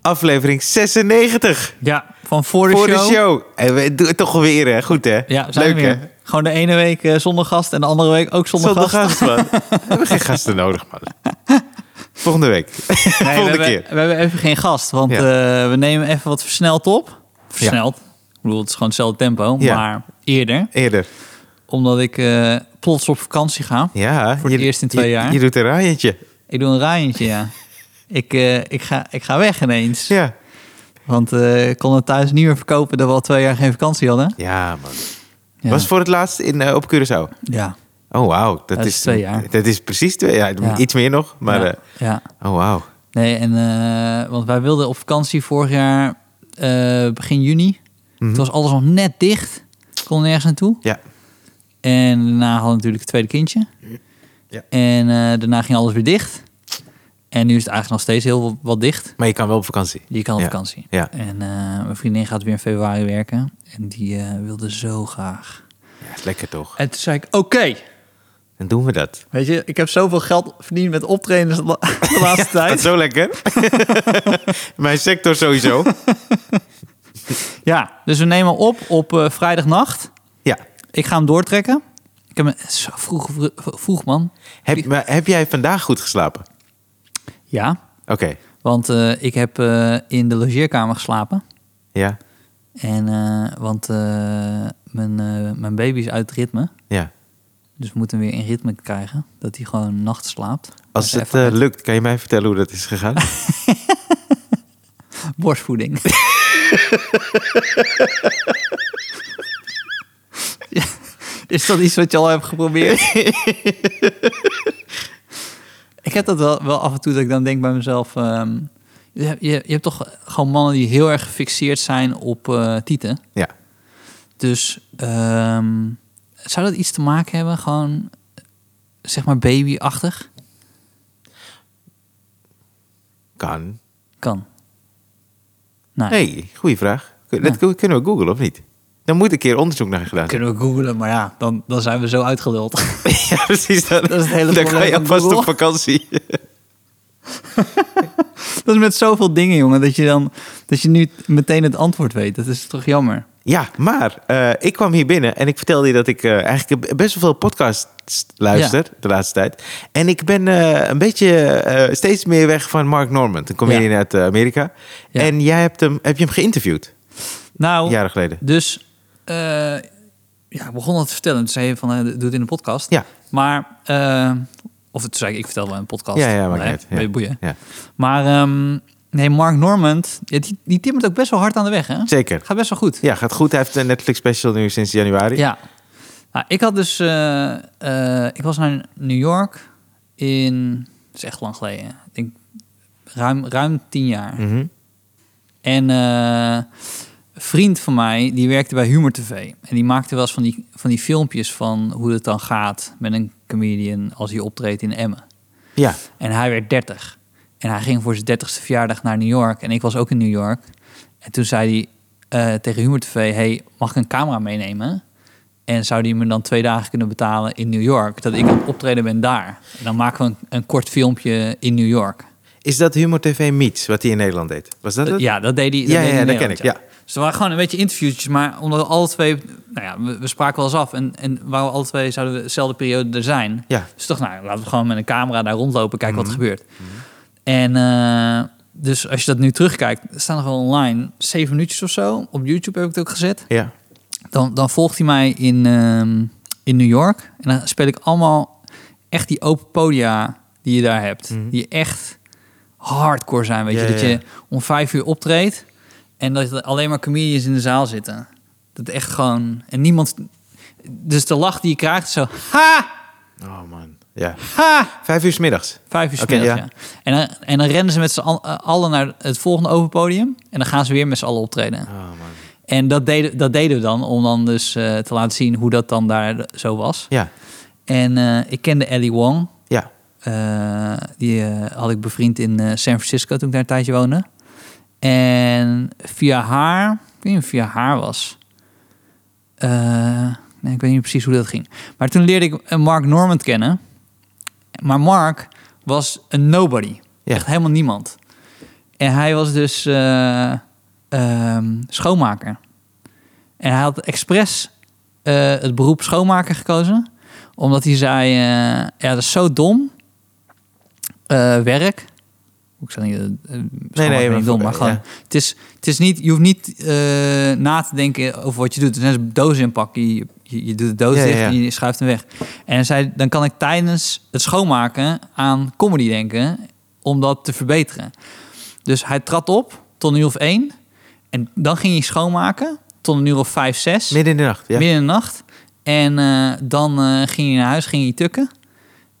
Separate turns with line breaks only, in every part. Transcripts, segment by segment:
aflevering 96.
Ja, van voor de,
voor
show.
de show. En we doen het toch weer, hè? Goed, hè?
Ja, zijn
Leuk,
we
hè?
weer. Gewoon de ene week eh, zonder gast en de andere week ook zonder,
Zonder
gast.
gast, man. we hebben geen gasten nodig, man. Volgende week.
Nee,
Volgende
we,
keer.
Hebben, we hebben even geen gast, want
Ja.
eh, we nemen even wat versneld op. Versneld. Ik bedoel, het is gewoon hetzelfde tempo,
Ja.
maar eerder.
Eerder.
Omdat ik eh, plots op vakantie ga.
Ja.
Voor het eerst in twee
je-
jaar.
Je doet een raaientje.
Ik doe een raaientje, ja. Ik, eh, ik, ga, ik ga weg ineens.
Ja.
Want eh, ik kon het thuis niet meer verkopen dat we al twee jaar geen vakantie hadden.
Ja, man.
Ja.
Was voor het laatst in, eh, op Curaçao?
Ja.
Oh, wauw. Dat,
is twee jaar.
Dat is precies twee jaar.
Ja.
Iets meer nog, maar...
ja.
eh,
ja.
oh, wauw.
Nee, en, eh, want wij wilden op vakantie vorig jaar eh, begin juni.
Mhm.
Toen was alles nog net dicht. Kon nergens naartoe.
Ja.
En daarna hadden we natuurlijk het tweede kindje.
Ja.
En eh, daarna ging alles weer dicht. En nu is het eigenlijk nog steeds heel wat- wat dicht.
Maar je kan wel op vakantie.
Je kan op
Ja.
vakantie.
Ja.
En eh, mijn vriendin gaat weer in februari werken. En die eh, wilde zo graag.
Ja, is lekker toch?
En toen zei ik, oké.
Dan doen we dat.
Weet je, ik heb zoveel geld verdiend met optredens de la- de laatste
Dat is
tijd.
zo lekker. Mijn sector sowieso.
Ja, dus we nemen op op eh, vrijdagnacht.
Ja.
Ik ga hem doortrekken. Ik heb een, zo vroeg, vroeg, vroeg, man.
Heb, maar heb jij vandaag goed geslapen?
Ja,
Oké.
want eh, ik heb eh, in de logeerkamer geslapen.
Ja.
En, eh, want eh, mijn, eh, mijn baby is uit het ritme.
Ja.
Dus we moeten hem weer in ritme krijgen. Dat hij gewoon nachts slaapt.
Als
Dus
het
even
eh,
uit-
lukt, kan je mij vertellen hoe dat is gegaan?
Borstvoeding. Ja, Is dat iets wat je al hebt geprobeerd? ik heb dat wel, wel af en toe dat ik dan denk bij mezelf... ehm, je, hebt- je, je hebt toch gewoon mannen die heel erg gefixeerd zijn op eh, tieten.
ja.
Dus ehm, zou dat iets te maken hebben? Gewoon, zeg maar, babyachtig?
Kan.
Kan. Nou,
hey, goede vraag. Kun- Dat kunnen we googlen of niet? Dan moet een keer onderzoek naar gedaan zijn.
kunnen we googlen, maar ja, dan, dan zijn we zo uitgeluld.
Ja, precies. Dan,
Dat is het hele
dan kan
probleem
je
van
alvast
Google.
op vakantie.
Dat is met zoveel dingen, jongen, dat je dan dat je nu meteen het antwoord weet. Dat is toch jammer.
Ja, maar eh, ik kwam hier binnen en ik vertelde je dat ik eh, eigenlijk best wel veel podcasts luister de laatste tijd. En ik ben eh, een beetje eh, steeds meer weg van Mark Norman, een comedian
Ja.
uit eh, Amerika.
Ja.
En jij hebt hem, heb je hem geïnterviewd,
Nou,
jaren geleden.
dus eh, ja, ik begon dat te vertellen. Toen zei je van, eh, doe het in een podcast.
Ja.
Maar eh, of het zei ik, ik vertel wel in een podcast.
Ja, ja, maakt
Nee,
niet uit. Ja.
ben je boeien.
Ja.
Maar ehm, nee, Mark Normand, ja, die, die timmert ook best wel hard aan de weg, hè?
Zeker.
Gaat best wel goed.
Ja, gaat goed. Hij heeft een Netflix special nu sinds januari.
Ja. Nou, ik had dus... eh, eh, ik was naar New York in... Dat is echt lang geleden. Ik denk ruim, ruim tien jaar.
Mhm.
En eh, een vriend van mij, die werkte bij Humor TV. En die maakte wel eens van die, van die filmpjes van hoe het dan gaat met een comedian als hij optreedt in Emmen.
ja.
En hij werd 30. En hij ging voor zijn 30ste verjaardag naar New York. En ik was ook in New York. En toen zei hij eh, tegen Humor TV: Hey, mag ik een camera meenemen? En zou die me dan twee dagen kunnen betalen in New York? Dat ik aan het optreden ben daar. En dan maken we een, een kort filmpje in New York.
Is dat Humor TV Meets, wat hij in Nederland deed? Was dat het?
Eh, Ja, dat deed hij.
Ja,
deed
ja,
hij in
dat ken
Nederland,
ik, ja.
Dus er waren gewoon een beetje interviewtjes, maar omdat we alle twee, nou ja, we, we spraken wel eens af en, en waar we alle twee zouden we dezelfde periode er zijn.
Ja. Mhm.
Dus toch, nou, laten we gewoon met een camera daar rondlopen, kijken wat er gebeurt. En eh, dus als je dat nu terugkijkt, er staan nog wel online zeven minuutjes of zo. Op YouTube heb ik het ook gezet.
Ja.
Dan, dan volgt hij mij in, ehm, in New York en dan speel ik allemaal echt die open podia die je daar hebt, die echt hardcore zijn, weet
Mhm. Ja,
je, dat
ja, ja.
je om vijf uur optreedt en dat er alleen maar comedians in de zaal zitten. Dat echt gewoon en niemand. Dus de lach die je krijgt, is zo ha
Oh man. Ja.
ha.
Vijf uur 's middags.
Vijf uur 's
Oké,
middags,
ja.
ja. En, dan, en dan rennen ze met z'n al- eh, allen naar het volgende open podium. En dan gaan ze weer met z'n allen optreden.
Oh man.
En dat deden, dat deden we dan, om dan dus eh, te laten zien hoe dat dan daar zo was.
Ja.
En eh, ik kende Ellie Wong.
Ja.
Eh, die eh, had ik bevriend in eh, San Francisco toen ik daar een tijdje woonde. En via haar, ik weet niet of het via haar was. Eh, nee, ik weet niet precies hoe dat ging. Maar toen leerde ik eh, Mark Normand kennen. Maar Mark was een nobody.
Ja.
Echt helemaal niemand. En hij was dus eh, ehm, schoonmaker. En hij had expres eh, het beroep schoonmaker gekozen. Omdat hij zei, eh, ja, dat is zo dom. Eh, werk. Ik zeg niet, eh, schoonmaker
nee, maar
niet dom,
voor-
maar gewoon...
ja.
Het is, het is niet, je hoeft niet eh, na te denken over wat je doet. Het is net als dozen inpakken. Je, je, je doet de doos
Ja, ja,
dicht
ja.
en je schuift hem weg. En hij zei, dan kan ik tijdens het schoonmaken aan comedy denken... om dat te verbeteren. Dus hij trad op tot een uur of één. En dan ging hij schoonmaken tot een uur of vijf, zes.
Midden in de nacht, ja.
Midden in de nacht. En eh, dan eh, ging hij naar huis, ging hij tukken.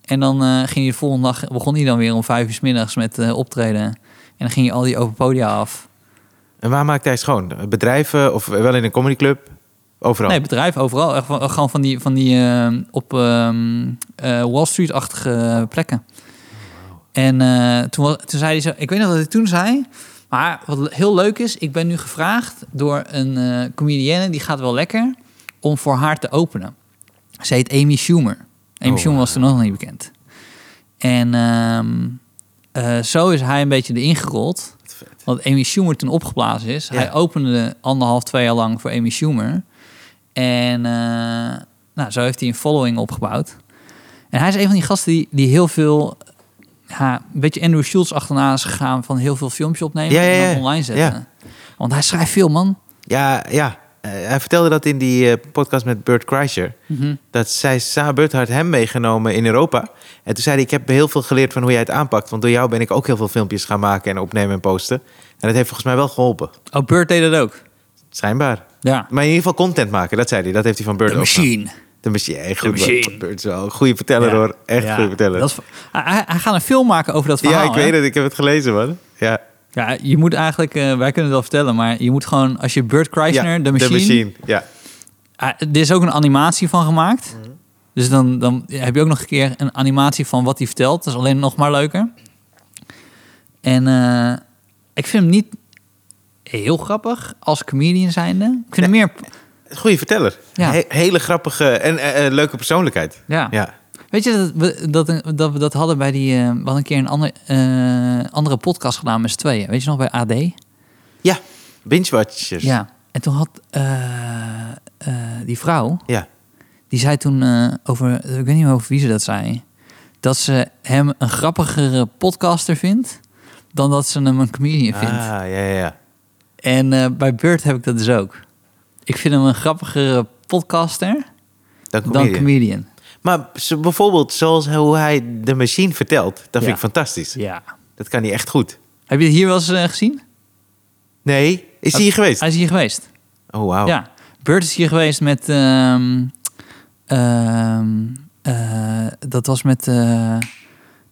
En dan eh, ging hij de volgende dag, begon hij dan weer om vijf uur 's middags met eh, optreden. En dan ging hij al die open podia af.
En waar maakt hij schoon? Bedrijven of wel in een comedyclub? Overal?
Nee, bedrijf overal. Echt van- gewoon van die, van die eh, op ehm, eh, Wall Street-achtige plekken. En eh, toen, wa- toen zei hij zo... Ik weet nog wat hij toen zei. Maar wat le- heel leuk is, ik ben nu gevraagd door een eh comedienne... die gaat wel lekker, om voor haar te openen. Ze heet Amy Schumer. Amy
Oh,
Schumer was toen nog niet bekend. En ehm, eh, zo is hij een beetje erin gerold.
Wat vet.
Want Amy Schumer toen opgeblazen is.
Ja.
Hij opende anderhalf, twee jaar lang voor Amy Schumer. En eh, nou, zo heeft hij een following opgebouwd. En hij is een van die gasten die, die heel veel... Ja, een beetje Andrew Schultz achterna is gegaan van heel veel filmpjes opnemen
Ja, ja,
en
ja.
dan online zetten. Want hij schrijft veel, man.
Ja, ja. Eh, hij vertelde dat in die eh, podcast met Bert Kreischer.
Mhm.
Dat zij samen, Bert had hem meegenomen in Europa. En toen zei hij, ik heb heel veel geleerd van hoe jij het aanpakt. Want door jou ben ik ook heel veel filmpjes gaan maken en opnemen en posten. En dat heeft volgens mij wel geholpen.
Oh, Burt deed dat ook.
Schijnbaar.
Ja.
Maar in ieder geval content maken, dat zei hij. Dat heeft hij van Bert
De
ook gedaan.
machine.
De machine. Ja, goed,
machine.
Bert is wel een goede verteller
Ja.
hoor. Echt
Ja.
goede verteller.
Dat is, hij, hij- hij gaat een film maken over dat verhaal.
ja, ik
hè?
weet het. Ik heb het gelezen man. Ja,
Ja, je moet eigenlijk, eh, wij kunnen het wel vertellen, maar je moet gewoon, als je Burt
ja.
Kreisner, de machine,
Ja.
Ah, er is ook een animatie van gemaakt. Dus dan, dan heb je ook nog een keer een animatie van wat hij vertelt. Dat is alleen nog maar leuker. En eh, ik vind hem niet heel grappig als comedian zijnde. Ik vind hem meer...
Goede verteller.
Ja.
He- hele grappige en eh, eh, leuke persoonlijkheid.
Ja.
Ja.
Weet je dat we dat, een- dat, we dat hadden bij die... eh, we hadden een keer een ander, eh, andere podcast gedaan met z'n tweeën. Weet je nog, bij AD?
Ja, binge-watchers.
Ja. En toen had eh, eh, die vrouw...
Ja.
Die zei toen eh, over, ik weet niet meer over wie ze dat zei, dat ze hem een grappigere podcaster vindt dan dat ze hem een comedian
Ah,
vindt.
ja, ja, ja.
En eh, bij Bert heb ik dat dus ook. Ik vind hem een grappigere podcaster
Dan
dan
comedian.
comedian.
Maar zo- bijvoorbeeld zoals hoe hij de machine vertelt, dat
Ja.
vind ik fantastisch.
Ja.
Dat kan hij echt goed.
Heb je het hier wel eens eh, gezien?
Nee, is hij hier geweest?
Hij is hier geweest.
Oh, wauw.
Ja. Bert is hier geweest met, ehm, ehm, eh, dat was met, eh,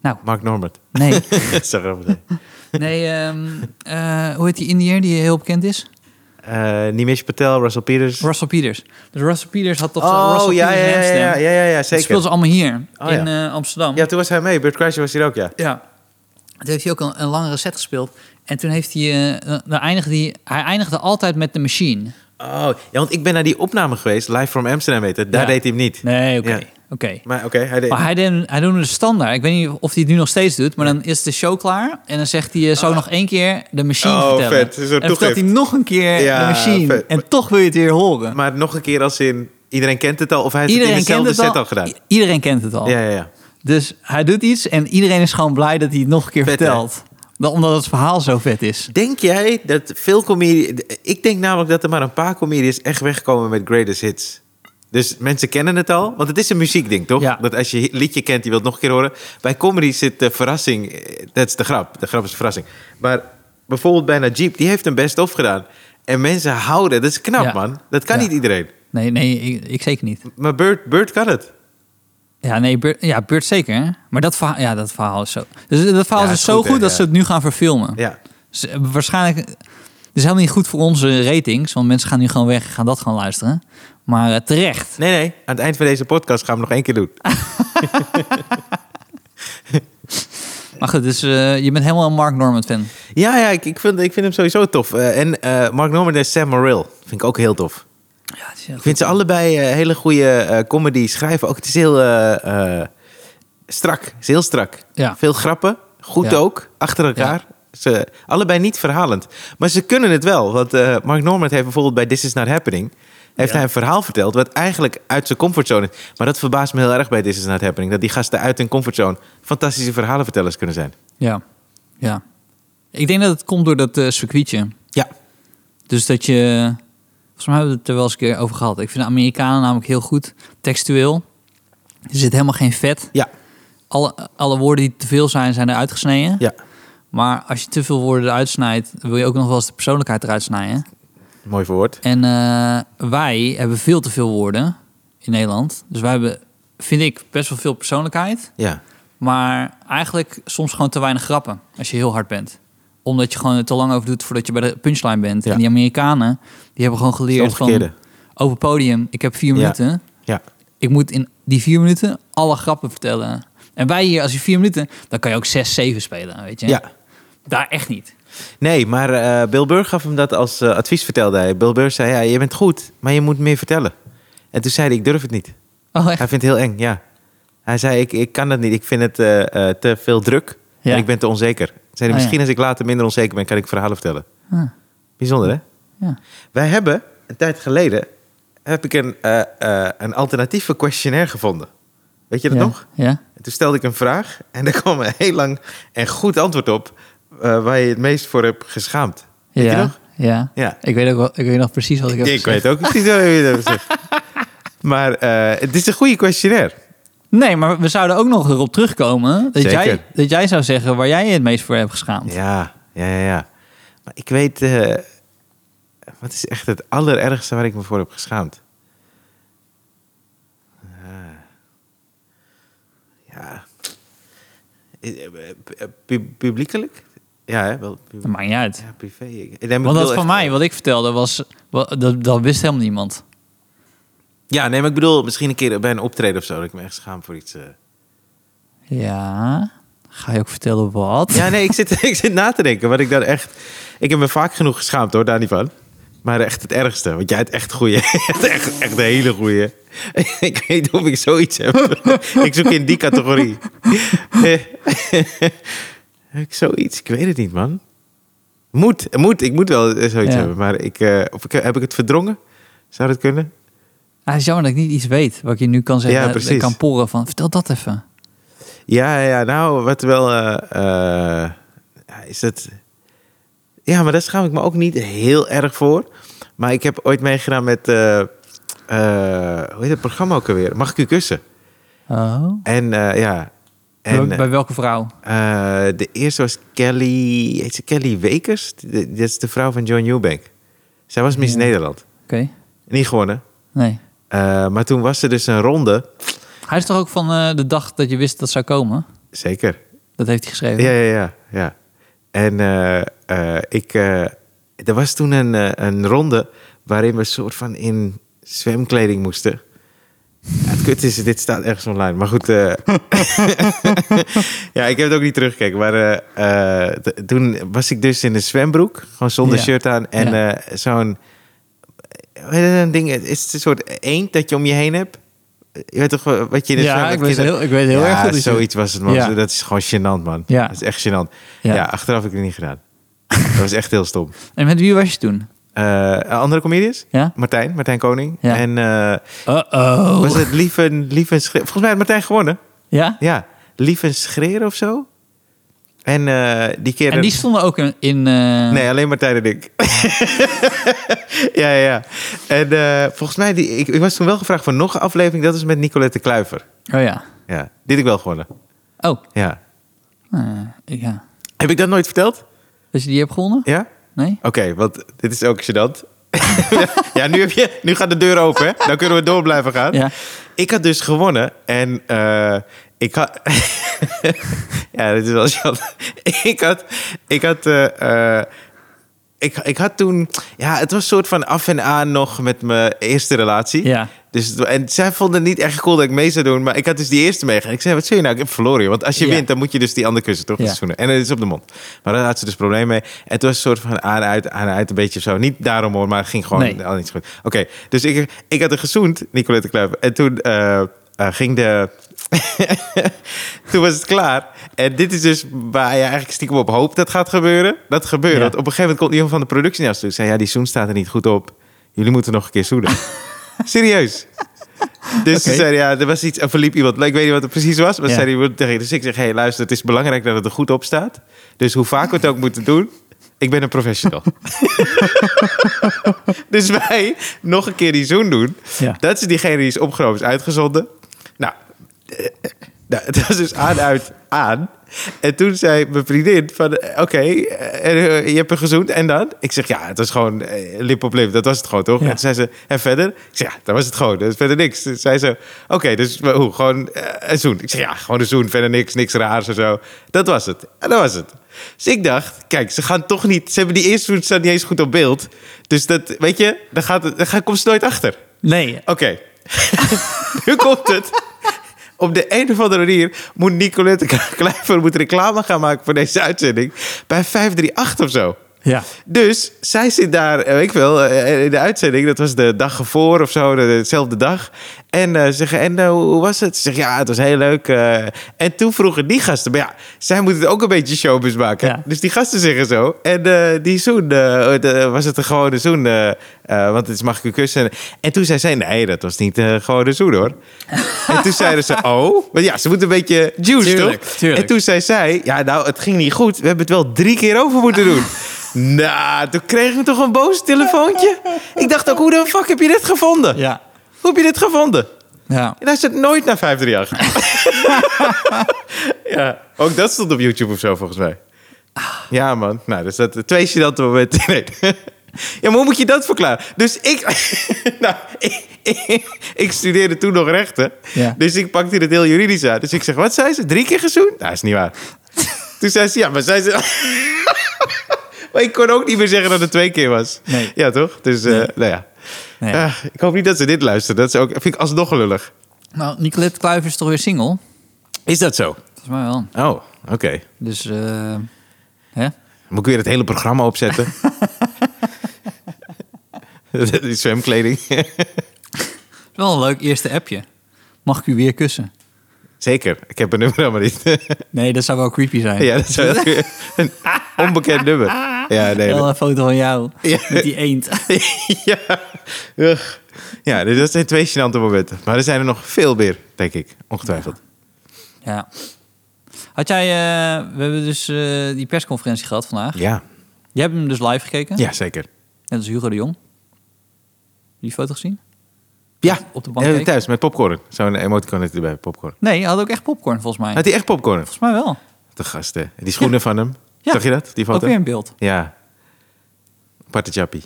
nou,
Mark Norbert.
nee,
Sorry, wat bedoel je?
nee, ehm, eh, hoe heet die Indiër die heel bekend is?
Eh Nimish Patel, Russell Peters.
Russell Peters. Dus Russell Peters had toch zo'n
oh,
Russell
ja, ja,
Peters
ja,
hemstem.
ja, ja, ja, ja,
Dat speelden
zeker.
ze allemaal hier
Oh,
in
ja.
eh, Amsterdam.
Ja, toen was hij mee. Bert Kreischer was hier ook, ja.
Ja. Toen heeft hij ook een, een langere set gespeeld. En toen heeft hij, eh, dan eindigde hij, hij eindigde altijd met de machine.
Oh, ja, want ik ben naar die opname geweest, Live from Amsterdam heet het. Daar
Ja.
deed hij hem niet.
Nee, oké.
Ja.
oké.
Maar oké, hij deed...
Maar hij, deed, hij doet een standaard. Ik weet niet of hij het nu nog steeds doet, maar dan is de show klaar. En dan zegt hij, eh, zo nog één keer de machine
Ah. Oh,
vertellen.
vet. Zo'n
En dan vertelt
toegift.
hij nog een keer
Ja,
de machine.
vet.
En toch wil je het weer horen.
Maar nog een keer als in... Iedereen kent het al of hij heeft
Iedereen
het in
kent
dezelfde
het
set
al.
al, oh. gedaan.
I- Iedereen kent het al.
Ja, ja, ja.
Dus hij doet iets en iedereen is gewoon blij dat hij het nog een keer
Vet, hè?
vertelt. Dan Omdat het verhaal zo vet is.
Denk jij dat veel comedians... Ik denk namelijk dat er maar een paar comedians echt wegkomen met greatest hits. Dus mensen kennen het al, want het is een muziekding, toch?
Ja.
Dat als je hi- liedje kent, je wilt het nog een keer horen. Bij comedy zit de verrassing, eh, dat is de grap. De grap is de verrassing. Maar bijvoorbeeld bij Najib, die heeft een best-of gedaan. En mensen houden, dat is knap,
Ja.
man. Dat kan
Ja.
niet iedereen.
Nee, nee, ik, ik zeker niet.
Maar Bert, Bert kan het.
Ja, nee, Bert, ja, Bert zeker. Maar dat verhaal, ja, dat verhaal is zo... Dus dat verhaal
Ja,
is
is
zo
goed,
goed,
hè,
dat
ja.
ze het nu gaan verfilmen.
Ja.
Dus, eh, waarschijnlijk... Het is helemaal niet goed voor onze ratings, want mensen gaan nu gewoon weg en gaan dat gewoon luisteren. Maar eh, terecht.
Nee, nee. Aan het eind van deze podcast gaan we nog één keer doen.
Maar goed, dus eh, je bent helemaal een Mark Norman fan.
Ja, ja ik, ik, vind, ik vind hem sowieso tof. Eh, en eh, Mark Norman en Sam Morrill vind ik ook heel tof.
Ja, het is heel
Ik vind ze allebei eh, hele goede eh comedy schrijven. Ook het is heel eh, eh, strak. Het is heel strak.
Ja.
Veel grappen. Goed
Ja.
ook. Achter elkaar. Ze, allebei niet verhalend. Maar ze kunnen het wel. Want eh, Mark Normand heeft bijvoorbeeld bij This Is Not Happening... heeft
Ja.
hij een verhaal verteld wat eigenlijk uit zijn comfortzone is. Maar dat verbaast me heel erg bij This Is Not Happening. Dat die gasten uit hun comfortzone fantastische verhalenvertellers kunnen zijn.
Ja, ja. Ik denk dat het komt door dat eh, circuitje.
Ja.
Dus dat je... Volgens mij hebben we het er wel eens een keer over gehad. Ik vind de Amerikanen namelijk heel goed. Textueel. Er zit helemaal geen vet.
Ja.
Alle, alle woorden die te veel zijn, zijn eruit gesneden.
Ja.
Maar als je te veel woorden eruit snijdt... wil je ook nog wel eens de persoonlijkheid eruit snijden.
Mooi verwoord.
En eh, wij hebben veel te veel woorden in Nederland. Dus wij hebben, vind ik, best wel veel persoonlijkheid.
Ja.
Maar eigenlijk soms gewoon te weinig grappen als je heel hard bent. Omdat je gewoon er te lang over doet voordat je bij de punchline bent.
Ja.
En die Amerikanen, die hebben gewoon geleerd
Het omgekeerde.
van... Open podium, ik heb vier
Ja.
minuten.
Ja.
Ik moet in die vier minuten alle grappen vertellen. En wij hier, als je vier minuten... Dan kan je ook zes, zeven spelen, weet je.
Ja.
Daar echt niet.
Nee, maar eh, Bill Burr gaf hem dat als eh, advies, vertelde hij. Bill Burr zei, ja, je bent goed, maar je moet meer vertellen. En toen zei hij, ik durf het niet.
Oh, echt?
Hij vindt het heel eng, ja. Hij zei, ik, ik kan dat niet. Ik vind het eh, eh, te veel druk
Ja. Ah,
en ik ben te onzeker. Zei hij,
ja.
misschien als ik later minder onzeker ben, kan ik verhalen vertellen.
Ah,
Bijzonder, hè?
ja.
Wij hebben, een tijd geleden, heb ik een, eh, eh, een alternatieve questionnaire gevonden. Weet je dat
ja.
nog?
Ja.
En toen stelde ik een vraag en daar kwam een heel lang en goed antwoord op... eh, waar je het meest voor hebt geschaamd. Weet
ja.
je nog?
Ja.
Ja.
Ik weet ook wel, ik weet nog precies wat ik heb
Ik
gezegd.
weet ook precies wat je hebt gezegd. Maar eh, het is een goede questionnaire.
Nee, maar we zouden ook nog erop terugkomen dat,
Zeker.
jij, dat jij zou zeggen waar jij je het meest voor hebt geschaamd.
Ja, ja, ja. ja. Maar ik weet... eh, wat is echt het allerergste waar ik me voor heb geschaamd? Ah. Ja. Eh, eh, eh, pu- Publiekelijk? Ja, hè, wel. pu-
Dat maakt niet uit.
Ja, privé. Ik- nee, maar ik
Want
bedoel
dat van
echt- eh,
mij, wat ik vertelde, was wa- dat, dat wist helemaal niemand.
Ja, nee, maar ik bedoel misschien een keer bij een optreden of zo... dat ik me echt schaam voor iets... eh.
Ja, ga je ook vertellen wat?
Ja, nee, ik zit, ik zit na te denken. Wat ik dan echt. Ik heb me vaak genoeg geschaamd hoor, daar niet van. Maar echt het ergste. Want jij hebt echt goeie. Je hebt echt, echt een hele goeie. Ik weet niet of ik zoiets heb. Ik zoek in die categorie. Heb ik zoiets? Ik weet het niet, man. Moet, moet. Ik moet wel eh, zoiets
Ja.
hebben. Maar ik, eh, of ik, heb ik het verdrongen? Zou dat kunnen?
Ah, het is jammer dat ik niet iets weet wat ik je nu kan zeggen.
Ja,
eh,
precies.
kan poren van, vertel dat even.
Ja, ja, nou, wat wel... eh, eh, is het... Ja, maar daar schaam ik me ook niet heel erg voor. Maar ik heb ooit meegedaan met... eh, eh, hoe heet het programma ook alweer? Mag ik u kussen?
Oh.
En eh, ja...
Bij-
En,
bij, welke vrouw?
eh, de eerste was Kelly... Heet ze Kelly Wekers? D- Dit is de vrouw van John Newbank. Zij was Miss Nederland.
Oké,
Niet gewonnen.
nee.
Eh, maar toen was er dus een ronde.
Hij is toch ook van eh, de dag dat je wist dat zou komen?
Zeker.
Dat heeft hij geschreven.
Ja, ja, ja. ja. En eh, eh, ik, eh, er was toen een, eh, een ronde waarin we soort van in zwemkleding moesten. Ja, het kut is, dit staat ergens online. Maar goed, eh, ja, ik heb het ook niet teruggekeken. Maar eh, eh, t- toen was ik dus in een zwembroek, gewoon zonder
Ja.
shirt aan. En
Ja.
eh, zo'n eh, hoe heet dat ding, het is een soort eend dat je om je heen hebt. Je weet toch wel wat je in een
Ja,
zwembad-
ik weet heel- ik weet heel
Ja,
erg goed dat je-
zoiets was het, man.
Ja.
Dat is gewoon gênant, man.
Ja.
Dat is echt gênant.
Ja.
Ja, achteraf heb ik het niet gedaan. dat was echt heel stom.
En met wie was je toen?
Eh, andere comedians?
Ja?
Martijn, Martijn Koning.
Ja.
En eh,
Uh-oh.
was het Lief en, lief en Schreeuw? Volgens mij had Martijn gewonnen.
Ja?
Ja, Lief en Schreeuwen of zo. En eh, die keer...
En die stonden ook in... in eh,
Nee, alleen Martijn en ik. ja, ja, ja. En eh, volgens mij, die, ik, ik was toen wel gevraagd voor nog een aflevering. Dat is met Nicolette Kluiver.
Oh ja.
Ja, die had ik wel gewonnen.
Oh,
Ja.
eh, ja.
Heb ik dat nooit verteld?
Dat je die hebt gewonnen?
Ja?
Nee?
Oké, want dit is ook gênant. ja, nu, heb je, nu gaat de deur open, hè? Dan kunnen we door blijven gaan.
Ja.
Ik had dus gewonnen en eh, ik had... ja, dit is wel gênant. ik had... Ik had eh, eh, ik, ik had toen... Ja, het was soort van af en aan nog met mijn eerste relatie.
Ja.
Dus, het- en zij vonden het niet echt cool dat ik mee zou doen. Maar ik had dus die eerste meegaan. Ik zei, wat zul je nou? Ik heb verloren. joh. Want als je
Ja.
wint, dan moet je dus die andere kussen toch
Ja.
eens zoenen. En het is op de mond. Maar daar had ze dus problemen mee. En toen was het soort van aan, uit, aan, uit, een beetje zo. Niet daarom hoor, maar het ging gewoon
Nee.
al niet zo goed. Oké, dus ik, ik had er gezoend, Nicolette Kluiver. En toen... eh, eh, ging de... Toen was het klaar. En dit is dus waar je eigenlijk stiekem op hoopt dat gaat gebeuren. Dat gebeurde.
Ja.
Want op een gegeven moment komt iemand van de productie naar ons toe. en zei, ja, die zoen staat er niet goed op. Jullie moeten nog een keer zoenen. Serieus. Dus ze
Oké.
zeiden, ja, er was iets, er verliep iemand. Ik weet niet wat het precies was, maar
Ja.
ze zeiden, je moet tegen. Dus ik zeg, hey, luister, het is belangrijk dat het er goed op staat. Dus hoe vaak we het ook moeten doen, ik ben een professional. dus wij nog een keer die zoen doen.
Ja.
Dat is diegene die is opgenomen, is uitgezonden. Nou, eh, nou, het was dus aan, uit, aan. En toen zei mijn vriendin van, eh, oké, eh, eh, je hebt er gezoend en dan? Ik zeg, ja, het was gewoon eh, lip op lip, dat was het gewoon, toch?
Ja.
En toen zei ze, en verder? Ik zeg, ja, dat was het gewoon, dat is verder niks. Toen zei ze, oké, dus maar hoe, gewoon eh, een zoen. Ik zeg, ja, gewoon een zoen, verder niks, niks raars of zo. Dat was het, en dat was het. Dus ik dacht, kijk, ze gaan toch niet... Ze hebben die eerste zoen, staat niet eens goed op beeld. Dus dat, weet je, daar, gaat, het- daar gaat- komt ze nooit achter.
Nee,
Oké. nu komt het. Op de een of andere manier moet Nicolette Kluiver moet reclame gaan maken voor deze uitzending. Bij 538 of zo.
ja.
Dus zij zit daar, eh, weet ik wel, eh, in de uitzending. Dat was de dag ervoor of zo, de- dezelfde dag. En eh, ze zeggen, en eh, hoe was het? Ze zeggen, ja, het was heel leuk. eh. en toen vroegen die gasten, maar ja, zij moeten het ook een beetje showbiz maken.
Ja.
Dus die gasten zeggen zo. En eh, die zoen, eh, de- was het een gewone zoen? eh, eh, want het is mag ik u kussen? En toen zei zij, nee, dat was niet eh, een gewone zoen hoor. en toen zeiden ze, oh. Want ja, ze moeten een beetje juice,
Tuurlijk,
toch?
tuurlijk.
En toen zei zij, ja nou, het ging niet goed. We hebben het wel drie keer over moeten doen. nou, toen kreeg ik toch een boos telefoontje. Ik dacht ook, hoe de fuck heb je dit gevonden?
Ja.
Hoe heb je dit gevonden?
Ja.
En hij zit nooit naar 538. ja, ook dat stond op YouTube of zo volgens mij. Ja, man. Nou, dus dat twee gênante momenten. Nee. Ja, maar hoe moet je dat verklaren? Dus ik, nou, ik, ik, ik studeerde toen nog rechten.
Ja.
Dus ik pakte het heel juridisch aan. Dus ik zeg, wat zei ze? Drie keer gezoend? Nou, is niet waar. Toen zei ze, ja, maar zei ze... maar ik kon ook niet meer zeggen dat het twee keer was.
Nee.
Ja, toch? Dus, eh, nou ja.
Nee.
Ah, ik hoop niet dat ze dit luisteren. Dat is ook, vind ik alsnog lullig.
Nou, Nicolette Kluiver is toch weer single?
Is dat zo?
Volgens mij wel.
Oh, oké.
Dus, eh, hè?
Moet ik weer het hele programma opzetten? Die zwemkleding.
Het is wel een leuk eerste appje. Mag ik u weer kussen?
Zeker, ik heb een nummer helemaal niet.
Nee, dat zou wel creepy zijn.
ja, dat is wel een onbekend nummer. Ja, nee.
Wel
dat-
een foto van jou
Ja.
met die eend.
ja. Ugh. ja, dus dat zijn twee gênante momenten. Maar er zijn er nog veel meer, denk ik. Ongetwijfeld.
Ja. Had jij, eh, we hebben dus eh, die persconferentie gehad vandaag.
Ja,
Jij hebt hem dus live gekeken.
ja zeker.
Net als Hugo de Jong. Die foto gezien?
Ja,
Op de bank
eh,
keek?
thuis met popcorn. Zo'n emoticon heeft hij erbij, popcorn.
Nee, hij had ook echt popcorn volgens mij.
Had hij echt popcorn?
Volgens mij wel.
De gasten. Die schoenen van hem.
Ja.
Zag je dat? Die
Ook
foto?
weer in beeld.
Ja. Aparte chappie.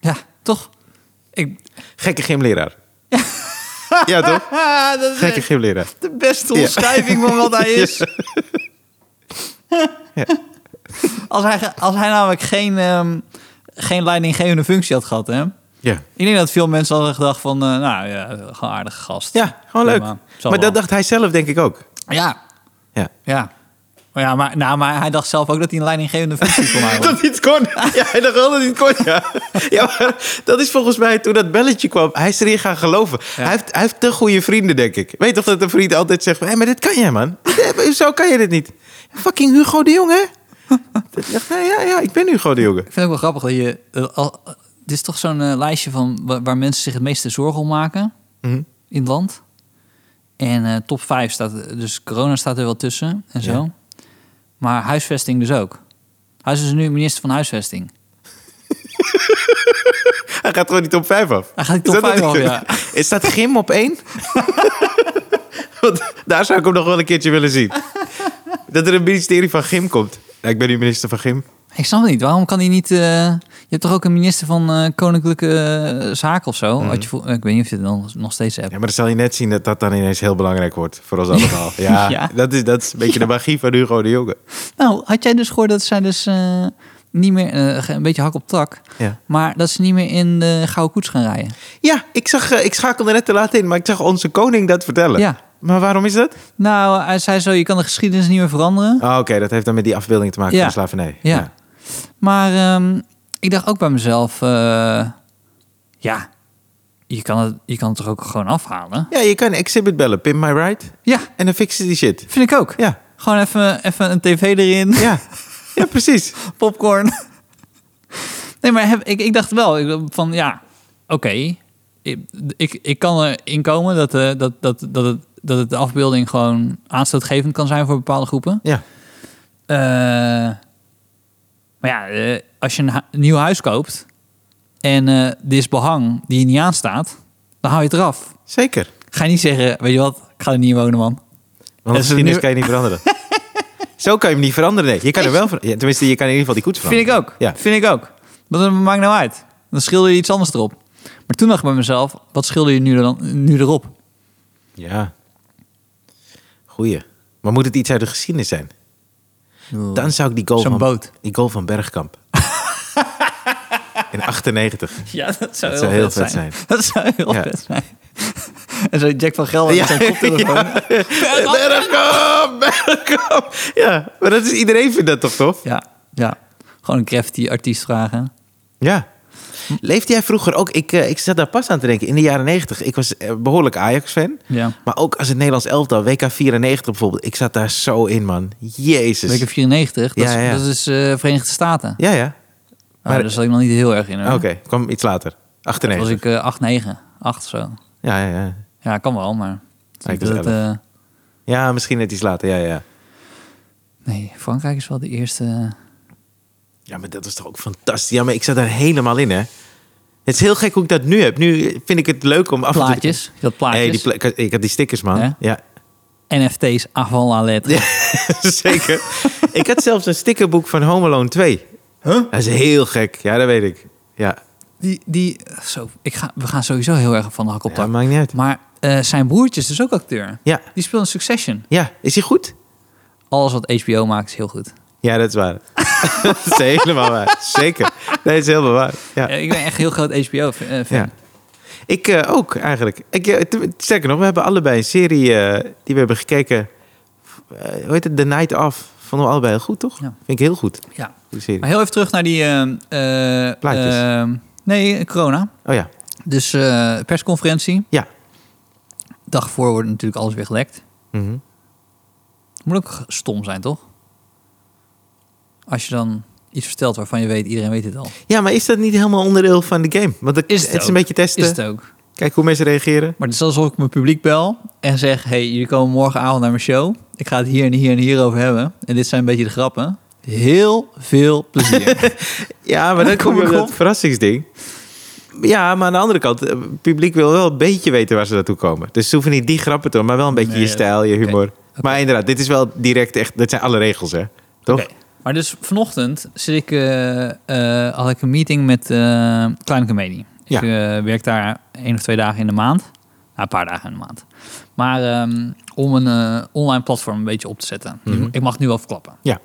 Ja, toch? Ik...
Gekke gymleraar. Ja, toch?
Ah, dat is
Gekke gymleraar.
de beste omschrijving van wat hij is. als, hij, ge- als hij namelijk geen, ehm, geen leidinggevende functie had gehad, hè?
Ja.
Ik denk dat veel mensen hadden gedacht van, eh, nou ja, gewoon aardige gast.
Ja, gewoon leuk.
Prima, zal
Maar dat
wel.
dacht hij zelf denk ik ook.
Ja,
Ja.
ja. Maar, ja maar, nou, maar hij dacht zelf ook dat hij een leidinggevende functie kon houden.
Dat niet kon. Ja, hij dacht wel dat hij het kon, ja. Ja, maar dat is volgens mij toen dat belletje kwam. Hij is erin gaan geloven. Hij, heeft, hij heeft te goede vrienden, denk ik. Weet toch dat een vriend altijd zegt... Hé, maar dit kan jij, man. Dit- Zo kan je dit niet. Fucking Hugo de Jong, hè? Dat dacht, nee, ja, ja, ik ben Hugo de Jonge.
Ik vind het ook wel grappig dat je... eh, al- eh, dit is toch zo'n eh, lijstje van wa- waar mensen zich het meeste zorgen om maken
Mhm.
in het land. En eh, top 5 staat... Dus corona staat er wel tussen en zo. Maar huisvesting dus ook. Hij is dus nu minister van huisvesting.
Hij gaat gewoon die top 5 af.
Hij gaat die top
Is dat
5
het?
af, ja.
Is dat Gym op 1? Want daar zou ik hem nog wel een keertje willen zien. Dat er een ministerie van Gym komt. Ja, ik ben nu minister van Gym.
Ik snap het niet. Waarom kan hij niet... eh, je hebt toch ook een minister van eh, Koninklijke eh, Zaken of zo? Had je, vo- ik weet niet of je het dan nog steeds hebt.
Mhm. Ja, maar dan zal je net zien dat dat dan ineens heel belangrijk wordt voor ons allemaal. Ja,
Ja.
Dat, is, dat is een beetje de magie van Hugo de Jonge.
Nou, had jij dus gehoord dat zij dus eh, niet meer... eh, een beetje hak op tak.
Ja.
Maar dat ze niet meer in de gouden koets gaan rijden.
Ja, ik, zag, eh, ik schakelde net te laat in, maar ik zag onze koning dat vertellen.
Ja.
Maar waarom is dat?
Nou, hij zei zo, je kan de geschiedenis niet meer veranderen.
Ah, Oké, dat heeft dan met die afbeelding te maken
Hm? Ja.
van Ah, slavernij.
Ja. Maar ehm, ik dacht ook bij mezelf, eh, ja, je kan, het, je kan het toch ook gewoon afhalen?
Ja, je kan exhibit bellen, pin my ride.
Ja,
En dan fixen die shit.
vind ik ook.
Ja,
Gewoon even, even een tv erin,
ja. ja precies.
popcorn. Nee, maar heb, ik, ik dacht wel ik- van ja, oké. Ik, ik, ik kan erin komen dat, eh, dat, dat, dat, het, dat het de afbeelding gewoon aanstootgevend kan zijn voor bepaalde groepen.
Ja,
Eh, maar ja, eh, als je een, hu- een nieuw huis koopt en eh dit is behang die je niet aanstaat, dan haal je het eraf.
zeker.
Ga je niet zeggen, weet je wat, ik ga er niet in wonen, man.
Want
En
als
zo
geschiedenis
nu-
kan je niet veranderen. Zo kan je hem niet veranderen. Nee, je kan er wel ver- ja, Tenminste, je kan in ieder geval die koets veranderen.
Vind ik ook.
Ja.
Vind ik ook. Wat maakt nou uit? Dan schilder je iets anders erop. Maar toen dacht ik bij mezelf, wat schilder je nu, dan, nu erop?
Ja. Goeie. Maar moet het iets uit de geschiedenis zijn? Dan zou ik die goal,
Zo'n
van,
boot.
Die goal van Bergkamp. in 98.
Ja, dat zou,
Dat zou heel vet zijn.
Dat zou heel
Ja.
vet zijn. En zo Jack van Gelder met zijn koptelefoon. Ja.
Bergkamp! Bergkamp! Ja, maar dat is, iedereen vindt dat toch tof?
ja, Gewoon een crafty artiest vragen.
Ja. Leefde jij vroeger ook... Ik, eh, ik zat daar pas aan te denken. In de jaren 90. Ik was eh, behoorlijk Ajax-fan.
Ja.
Maar ook als het Nederlands elftal. WK 94 bijvoorbeeld. Ik zat daar zo in, man. Jezus.
Week 94, dat
Ja,
is,
ja.
dat is eh, Verenigde Staten.
Ja, ja.
Maar
Maar- Oh,
daar zat ik nog niet heel erg in. hoor.
Oké, kwam iets later.
Toen
98.
was ik eh, 8, 9, 8 of zo.
Ja, ja, ja.
Ja, kan wel, maar...
Ik was
dat, eh,
Ja, misschien net iets later. Ja, ja.
nee, Frankrijk is wel de eerste... eh,
Ja, maar dat is toch ook fantastisch. Ja, maar ik zat daar helemaal in, hè. Het is heel gek hoe ik dat nu heb. Nu vind ik het leuk om af en toe-
Plaatjes. Je had plaatjes.
Hey, die pla- ik had- ik had die stickers, man.
Ja?
Ja,
NFT's avant la lettre.
zeker. ik had zelfs een stickerboek van Home Alone 2. Dat is heel gek. Ja, dat weet ik. Ja,
Die, die, zo, ik ga, we gaan sowieso heel erg van de hak op de
dat
tak.
maakt niet uit.
Maar eh, zijn broertje is dus ook acteur.
Ja.
Die speelt in Succession.
Ja, is hij goed?
Alles wat HBO maakt is heel goed.
Ja, dat is waar. dat is helemaal waar. Zeker. Nee, dat is helemaal waar. Ja.
Eh, Ik ben echt heel groot HBO-fan.
Ja. Ik eh, ook eigenlijk. Ik, eh, te- sterker nog, we hebben allebei een serie eh, die we hebben gekeken. Eh, hoe heet het? The Night Of. Vonden we allebei heel goed, toch?
Ja.
Vind ik heel goed. Die serie.
Maar heel even terug naar die... eh, eh,
Plaatjes.
eh, nee, corona.
Oh ja.
Dus eh, persconferentie.
Ja.
Dag voor wordt natuurlijk alles weer gelekt.
Mhm.
Moet ook stom zijn, toch? Als je dan iets vertelt waarvan je weet, iedereen weet het al.
Ja, maar is dat niet helemaal onderdeel van de game? Want het,
Is het
het, is
ook.
een beetje testen.
Is het ook.
Kijk hoe mensen reageren.
Maar het is alsof ik mijn publiek bel en zeg... hey, jullie komen morgenavond naar mijn show. Ik ga het hier en hier en hier over hebben. En dit zijn een beetje de grappen. Heel veel plezier.
Ja, maar dan
Kom
kom je op
maar op.
dat verrassingsding. Ja, maar aan de andere kant, eh, het publiek wil wel een beetje weten waar ze naartoe komen. Dus ze hoeven niet die grappen te doen, maar wel een beetje
Nee,
je
dat-
stijl, je
oké.
humor. Maar inderdaad, dit is wel direct echt, dat zijn alle regels, hè? Toch?
Oké. Maar dus vanochtend zit ik, eh, eh, had ik een meeting met eh Kleine Comedie. Ik eh, werk daar één of twee dagen in de maand. Nou, een paar dagen in de maand. Maar ehm, om een eh, online platform een beetje op te zetten. Dus
Mhm.
Ik mag het nu al verklappen.
Ja.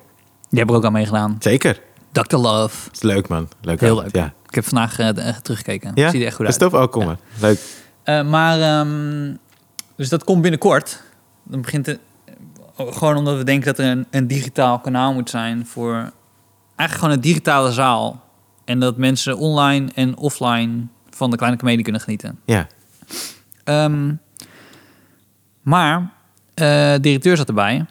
Je hebt er ook aan meegedaan.
Zeker.
Dr. Love.
Het is leuk, man. Leuk.
Heel
avond,
leuk.
Ja.
Ik heb vandaag eh, de- eh, teruggekeken.
Ja?
Ziet er echt goed
dat is
uit.
tof. Oh, kom maar. Leuk.
Eh, maar, ehm, dus dat komt binnenkort. Dan begint het, eh, gewoon omdat we denken dat er een, een digitaal kanaal moet zijn voor eigenlijk gewoon een digitale zaal. En dat mensen online en offline van de kleine comedie kunnen genieten.
Ja.
Ehm, maar eh, de directeur zat erbij.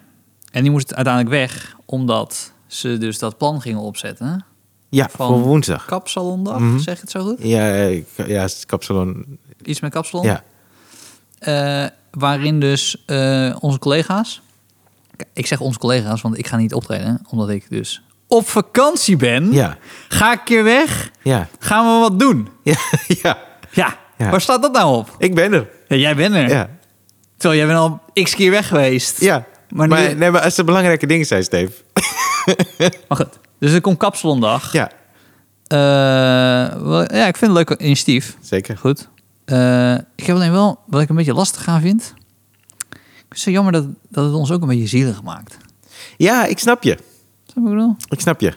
En die moest uiteindelijk weg, omdat ze dus dat plan gingen opzetten.
Ja,
Van-
voor woensdag.
Kapsalondag,
Mhm.
zeg ik het zo goed?
Ja, eh, k- ja, het is kapsalon.
Iets met kapsalon.
Ja.
Eh, waarin dus eh, onze collega's. Ik zeg onze collega's, want ik ga niet optreden, omdat ik dus op vakantie ben.
Ja.
Ga ik een keer weg?
Ja.
Gaan we wat doen?
Ja. ja.
Ja.
Ja.
Waar staat dat nou op?
Ik ben er.
Ja, jij bent er.
Ja.
Terwijl jij bent al x keer weg geweest.
Ja.
Maar
Maar,
nu-
nee, maar als er belangrijke dingen zijn, Steve.
Maar goed. Dus er komt kapsalondag.
Ja.
Eh, wel- ja, ik vind het een leuk initiatief.
Zeker.
Goed. Eh, ik heb alleen wel, wat ik een beetje lastig aan vind. Ik vind het zo jammer dat, dat het ons ook een beetje zielig maakt.
Ja, ik snap je.
Snap je wat ik bedoel?
Ik snap je.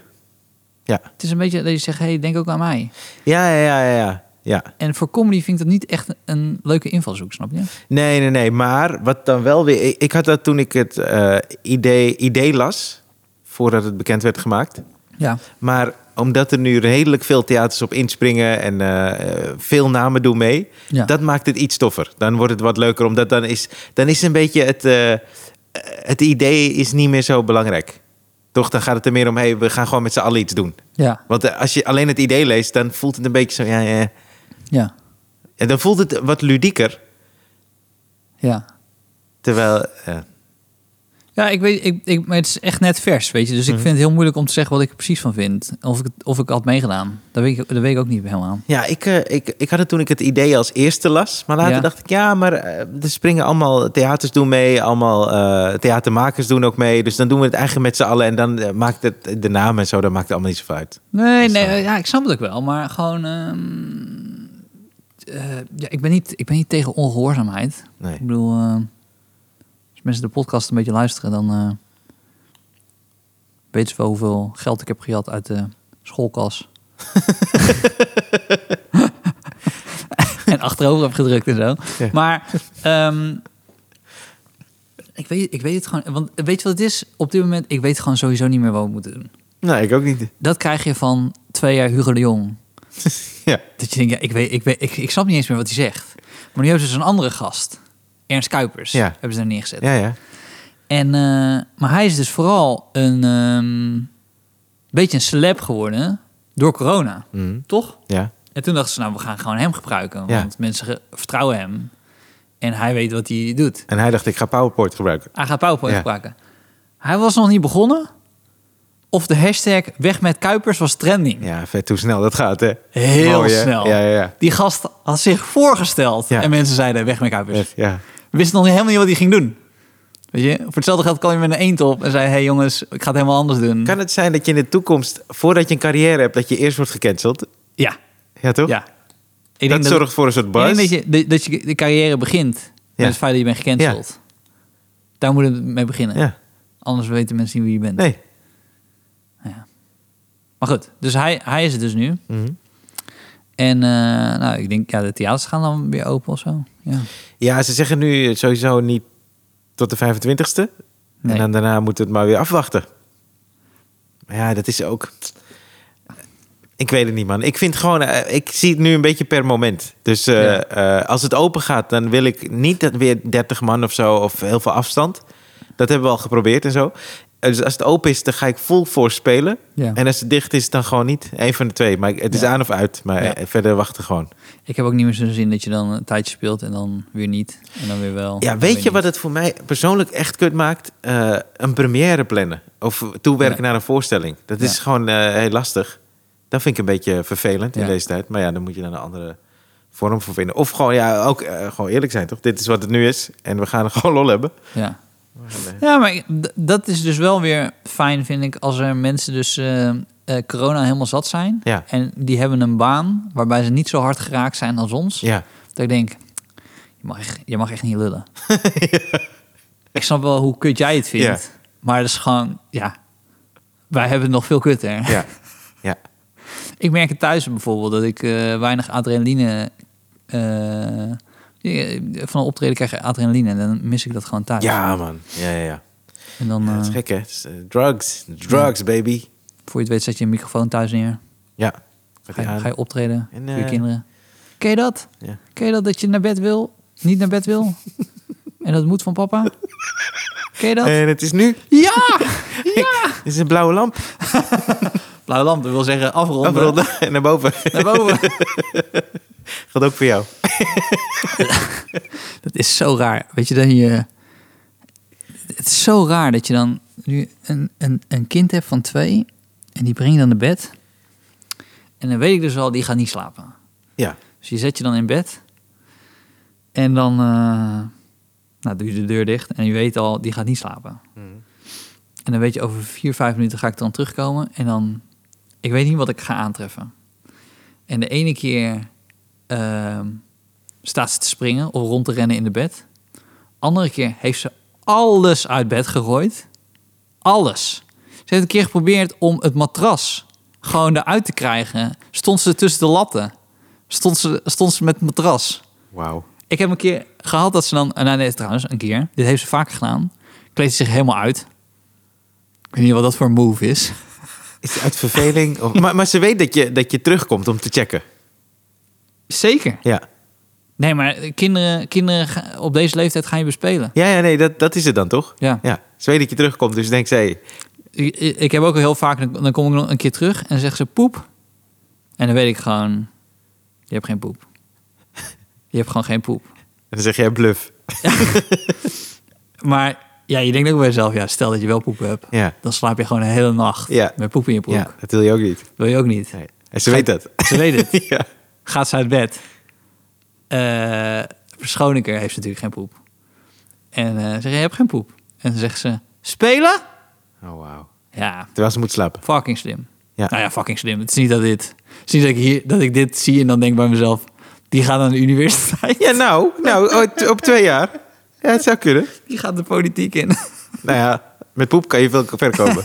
Ja.
Het is een beetje dat je zegt, hey, denk ook aan mij.
Ja, ja, ja, ja, ja. Ja.
En voor comedy vind ik dat niet echt een leuke invalshoek, snap je?
Nee, nee, nee. Maar wat dan wel weer... Ik, ik had dat toen ik het eh, idee, idee las, voordat het bekend werd gemaakt.
Ja.
Maar omdat er nu redelijk veel theaters op inspringen en eh, eh, veel namen doen mee,
Ja.
dat maakt het iets toffer. Dan wordt het wat leuker, omdat dan is, dan is een beetje het, eh, eh, het idee is niet meer zo belangrijk. Toch, dan gaat het er meer om, hey, we gaan gewoon met z'n allen iets doen.
Ja,
Want eh, als je alleen het idee leest, dan voelt het een beetje zo, ja, ja.
ja,
En dan voelt het wat ludieker,
ja.
terwijl... eh,
Ja, ik weet, ik, ik, maar het is echt net vers, weet je. Dus ik vind het heel moeilijk om te zeggen wat ik er precies van vind. Of ik, het- of ik had meegedaan. Dat weet ik, dat weet ik ook niet helemaal.
Ja, ik, eh, ik, ik had het toen ik het idee als eerste las. Maar later
Ja.
dacht ik, ja, maar eh, er springen allemaal theaters doen mee. Allemaal eh, theatermakers doen ook mee. Dus dan doen we het eigenlijk met z'n allen. En dan eh, maakt het de naam en zo, dat maakt het allemaal niet zoveel uit.
Nee,
Dus,
nee,
eh,
ja, ik snap het ook wel. Maar gewoon... ehm, eh, ja, ik, ben niet, ik ben niet tegen ongehoorzaamheid.
Nee.
Ik bedoel, eh, als mensen de podcast een beetje luisteren, dan eh weten ze wel hoeveel geld ik heb gejat uit de schoolkas. en achterover heb gedrukt en zo.
Ja.
Maar ehm, ik, weet, ik weet het gewoon. Want weet je wat het is? Op dit moment, ik weet gewoon sowieso niet meer wat we moeten doen.
Nee, ik ook niet.
Dat krijg je van twee jaar Hugo de Jong.
Ja.
Dat je denkt, ja, ik, weet, ik, weet, ik, ik snap niet eens meer wat hij zegt. Maar nu hebben ze zo'n andere gast. Ernst Kuipers
Ja.
hebben ze daar neergezet.
Ja, ja.
En, eh, maar hij is dus vooral een ehm, beetje een celeb geworden door corona.
Mhm.
Toch?
Ja.
En toen dachten ze, nou, we gaan gewoon hem gebruiken.
Ja.
Want mensen ge- vertrouwen hem. En hij weet wat hij doet.
En hij dacht, ik ga PowerPoint gebruiken.
Hij gaat PowerPoint
Ja.
gebruiken. Hij was nog niet begonnen. Of de hashtag weg met Kuipers was trending.
Ja, vet hoe snel dat gaat, hè?
Heel
Mooi, hè?
snel.
Ja, ja, ja.
Die gast had zich voorgesteld.
Ja.
En mensen zeiden, weg met Kuipers.
Vet, ja.
We wisten nog niet- helemaal niet wat hij ging doen. Weet je, voor hetzelfde geld kwam je met een eend op en zei: hey jongens, ik ga het helemaal anders doen.
Kan het zijn dat je in de toekomst, voordat je een carrière hebt, dat je eerst wordt gecanceld?
Ja,
Ja, toch?
ja. Ik
dat, zorgt voor een soort
ik
buzz.
denk dat je, de- dat je de carrière begint
Ja.
met het feit dat je bent gecanceld. Daar moet het mee beginnen.
Ja.
Anders weten mensen niet wie je bent.
Nee.
Maar goed, dus hij, hij is het dus nu.
Mhm.
En eh, nou, ik denk, ja, de theaters gaan dan weer open of zo. Ja.
Ja, ze zeggen nu sowieso niet tot de 25ste.
Nee.
En dan daarna moet het maar weer afwachten. Maar ja, dat is ook. Ik weet het niet, man. Ik vind gewoon, eh, ik zie het nu een beetje per moment. Dus eh,
Ja.
eh, als het open gaat, dan wil ik niet dat weer 30 man of zo of heel veel afstand. Dat hebben we al geprobeerd en zo. Eh, Dus als het open is, dan ga ik full force spelen.
Ja.
En als het dicht is, dan gewoon niet. Eén van de twee. Maar het is
Ja.
aan of uit. Maar
Ja.
eh, verder wachten gewoon.
Ik heb ook niet meer zo'n zin dat je dan een tijdje speelt en dan weer niet. En dan weer wel.
Ja,
en
weet
weer
je wat
niet.
het voor mij persoonlijk echt kut maakt? Eh, een première plannen. Of toewerken
Ja.
naar een voorstelling. Dat is
Ja.
gewoon eh, heel lastig. Dat vind ik een beetje vervelend in
Ja.
deze tijd. Maar ja, dan moet je dan een andere vorm voor vinden. Of gewoon, ja, ook eh, gewoon eerlijk zijn, toch? Dit is wat het nu is. En we gaan er gewoon lol hebben.
Ja. Ja, maar ik- d- dat is dus wel weer fijn, vind ik, als er mensen dus eh, eh, corona helemaal zat zijn.
Ja.
En die hebben een baan waarbij ze niet zo hard geraakt zijn als ons.
Ja,
Dat ik denk, je mag, echt- je mag echt niet lullen. Ik snap wel hoe kut jij het vindt. Maar dat is gewoon, ja, wij hebben het nog veel kutter.
ja, ja.
Ik merk het thuis bijvoorbeeld dat ik eh, weinig adrenaline. eh, eh, van een optreden krijg je adrenaline en dan mis ik dat gewoon thuis.
Ja, man. Ja, ja, ja.
En dan,
Ja, dat is
eh,
gek, hè? Het is, eh, drugs. Drugs, baby.
Voor je het weet zet je een microfoon thuis neer.
Ja.
Ga je, ga je optreden
En,
voor je
eh,
kinderen. Ken je dat?
Ja.
Ken je dat dat je naar bed wil, niet naar bed wil? en dat moet van papa? Ken je dat?
En het is nu.
Ja!
Het is een blauwe lamp.
Blauwe lamp, dat wil zeggen afronden.
Afronden en naar boven.
Naar boven.
Gaat ook voor jou.
dat is zo raar. Weet je, dat je... Het is zo raar dat je dan nu een, een, een kind hebt van twee... en die breng je dan naar bed. En dan weet ik dus al, die gaat niet slapen.
Ja.
Dus je zet je dan in bed. En dan eh, nou, doe je de deur dicht. En je weet al, die gaat niet slapen. En dan weet je, over vier, vijf minuten ga ik dan terugkomen. En dan, ik weet niet wat ik ga aantreffen. En de ene keer ehm, staat ze te springen of rond te rennen in de bed. Andere keer heeft ze alles uit bed gegooid. Alles. Ze heeft een keer geprobeerd om het matras gewoon eruit te krijgen. Stond ze tussen de latten. Stond ze, stond ze met het matras.
Wauw.
Ik heb een keer gehad dat ze dan... eh, Nou nee, trouwens, een keer. Dit heeft ze vaker gedaan. Kleedt ze zich helemaal uit. Ik weet niet wat dat voor een move is.
Is het uit verveling? Of, maar, maar ze weet dat je, dat je terugkomt om te checken.
Zeker.
Ja,
Nee, maar kinderen, kinderen ga- op deze leeftijd ga je bespelen.
ja, ja nee, dat, dat is het dan toch?
Ja.
ja. Ze weet dat je terugkomt, dus denkt zij...
Ik, ik heb ook heel vaak, dan- dan kom ik nog een keer terug en dan zegt ze poep. En dan weet ik gewoon, je hebt geen poep. Je hebt gewoon geen poep.
En dan zeg jij bluff.
Maar ja, je denkt ook bij jezelf, ja, stel dat je wel poep hebt.
Ja.
Dan slaap je gewoon een hele nacht
Ja.
met poep in je broek.
Ja, dat wil je ook niet.
Wil je ook niet.
Nee. En ze weet dat.
Ze weet het.
ja.
gaat ze uit bed. Eh Verschoneker heeft ze natuurlijk geen poep. En eh, zeg je, je hebt geen poep. En dan zegt ze, spelen?
Oh, wauw.
Ja,
Terwijl ze moet slapen.
fucking slim.
Ja.
Nou ja, fucking slim. Het is niet dat dit... Het is niet dat ik, hier, dat ik dit zie en dan denk bij mezelf... Die gaat aan de universiteit.
Ja, nou, nou oh, t- op twee jaar. Ja, het zou kunnen.
Die gaat de politiek in.
Nou ja, met poep kan je veel ver komen.